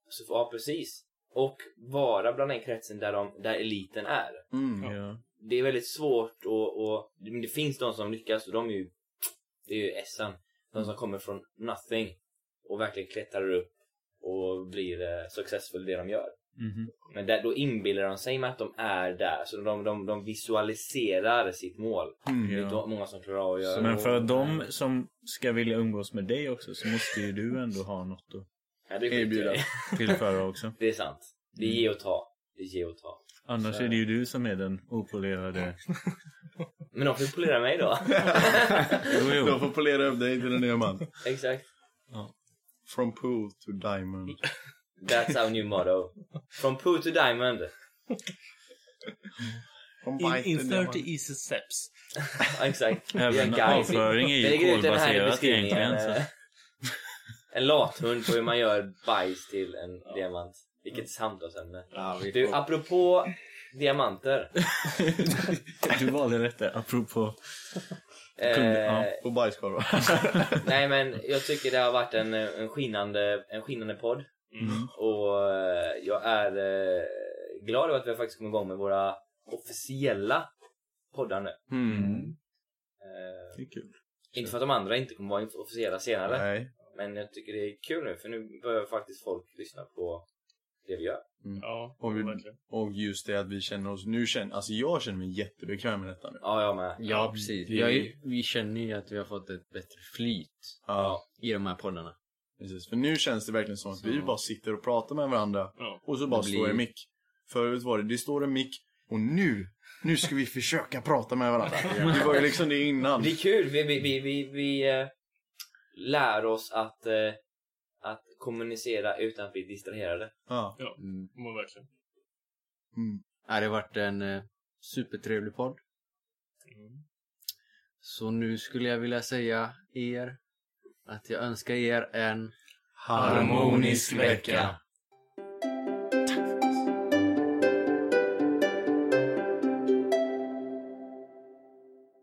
S2: Så, ja, precis. Och vara bland den kretsen där, de, där eliten är.
S4: Mm.
S5: liksom. Ja.
S2: Det är väldigt svårt och, och men det finns de som lyckas och de är ju det är ju essen. De
S4: Mm.
S2: som kommer från nothing och verkligen klättrar upp och blir eh, successful i det de gör.
S5: Mhm.
S2: Men där, då inbillar de sig med att de är där, så de, de, de visualiserar sitt mål. Mm, Det är
S5: Ja.
S2: inte många som klarar av att göra
S5: Men för
S2: det.
S5: att de som ska vilja umgås med dig också så måste ju du ändå ha något att
S2: ja, det är
S4: erbjuda.
S2: erbjuda.
S5: tillföra också.
S2: Det är sant. Det är ge och ta. Det är ge och ta.
S5: Annars är det ju du som är den opolerade.
S2: Men de får polera mig då.
S5: Jo,
S4: De
S5: jo.
S4: får polera upp dig till en diamant.
S2: Exakt.
S4: From pool to diamond.
S2: That's our new motto. From poo to diamond.
S4: From white
S3: In, in
S4: to
S3: 30
S4: diamond.
S3: easy steps.
S2: Ja, Exakt. Vi är
S5: Även
S2: guide.
S5: avföring är
S2: Vi lägger
S5: ju
S2: ut den här i
S5: kolbaserat
S2: beskrivningen.
S5: egentligen. Så.
S2: Eh, En lathund på hur man gör bajs till en diamant. Vilket samtalsämne.
S1: Ja, vi
S2: Du,
S1: får...
S5: ah,
S2: apropå diamanter.
S5: Du valde detta apropå... Kunde-
S2: Eh,
S5: ja.
S4: På bajskorvar.
S2: Nej men jag tycker det har varit en, eh, en, skinande, en skinande podd.
S5: Mm.
S2: Och eh, jag är eh, glad över att vi har faktiskt kommit igång med våra officiella poddar nu.
S5: Mm.
S2: Eh,
S5: Det är kul.
S2: inte för att de andra inte kommer vara officiella senare.
S4: Nej.
S2: Men jag tycker det är kul nu för nu börjar faktiskt folk lyssna på det vi gör.
S3: Ja,
S4: Och vi-
S3: verkligen.
S4: Och just det att vi känner oss... Nu känner... Alltså jag känner mig jättebekväm med detta nu.
S2: Ja, jag med.
S1: Ja, precis.
S4: Vi-
S1: Jag, är- vi känner ju att vi har fått ett bättre flyt
S4: Ja.
S1: i de här poddarna.
S4: Precis. För nu känns det verkligen som att vi
S1: Så.
S4: bara sitter och pratar med varandra.
S3: Ja.
S4: Och så bara
S1: Det
S4: står
S1: blir-
S4: en mick. Förut var det, det står en mick och nu, nu ska vi försöka prata med varandra. Det var ju liksom det innan.
S2: Det är kul, vi, vi, vi, vi, vi eh, lär oss att, eh, att kommunicera utan att bli distraherade.
S4: Ja.
S1: Mm.
S3: Men verkligen.
S4: Mm.
S1: Ja, det har varit en eh, supertrevlig podd.
S3: Mm.
S1: Så nu skulle jag vilja säga er att jag önskar er en
S5: Harmonisk vecka.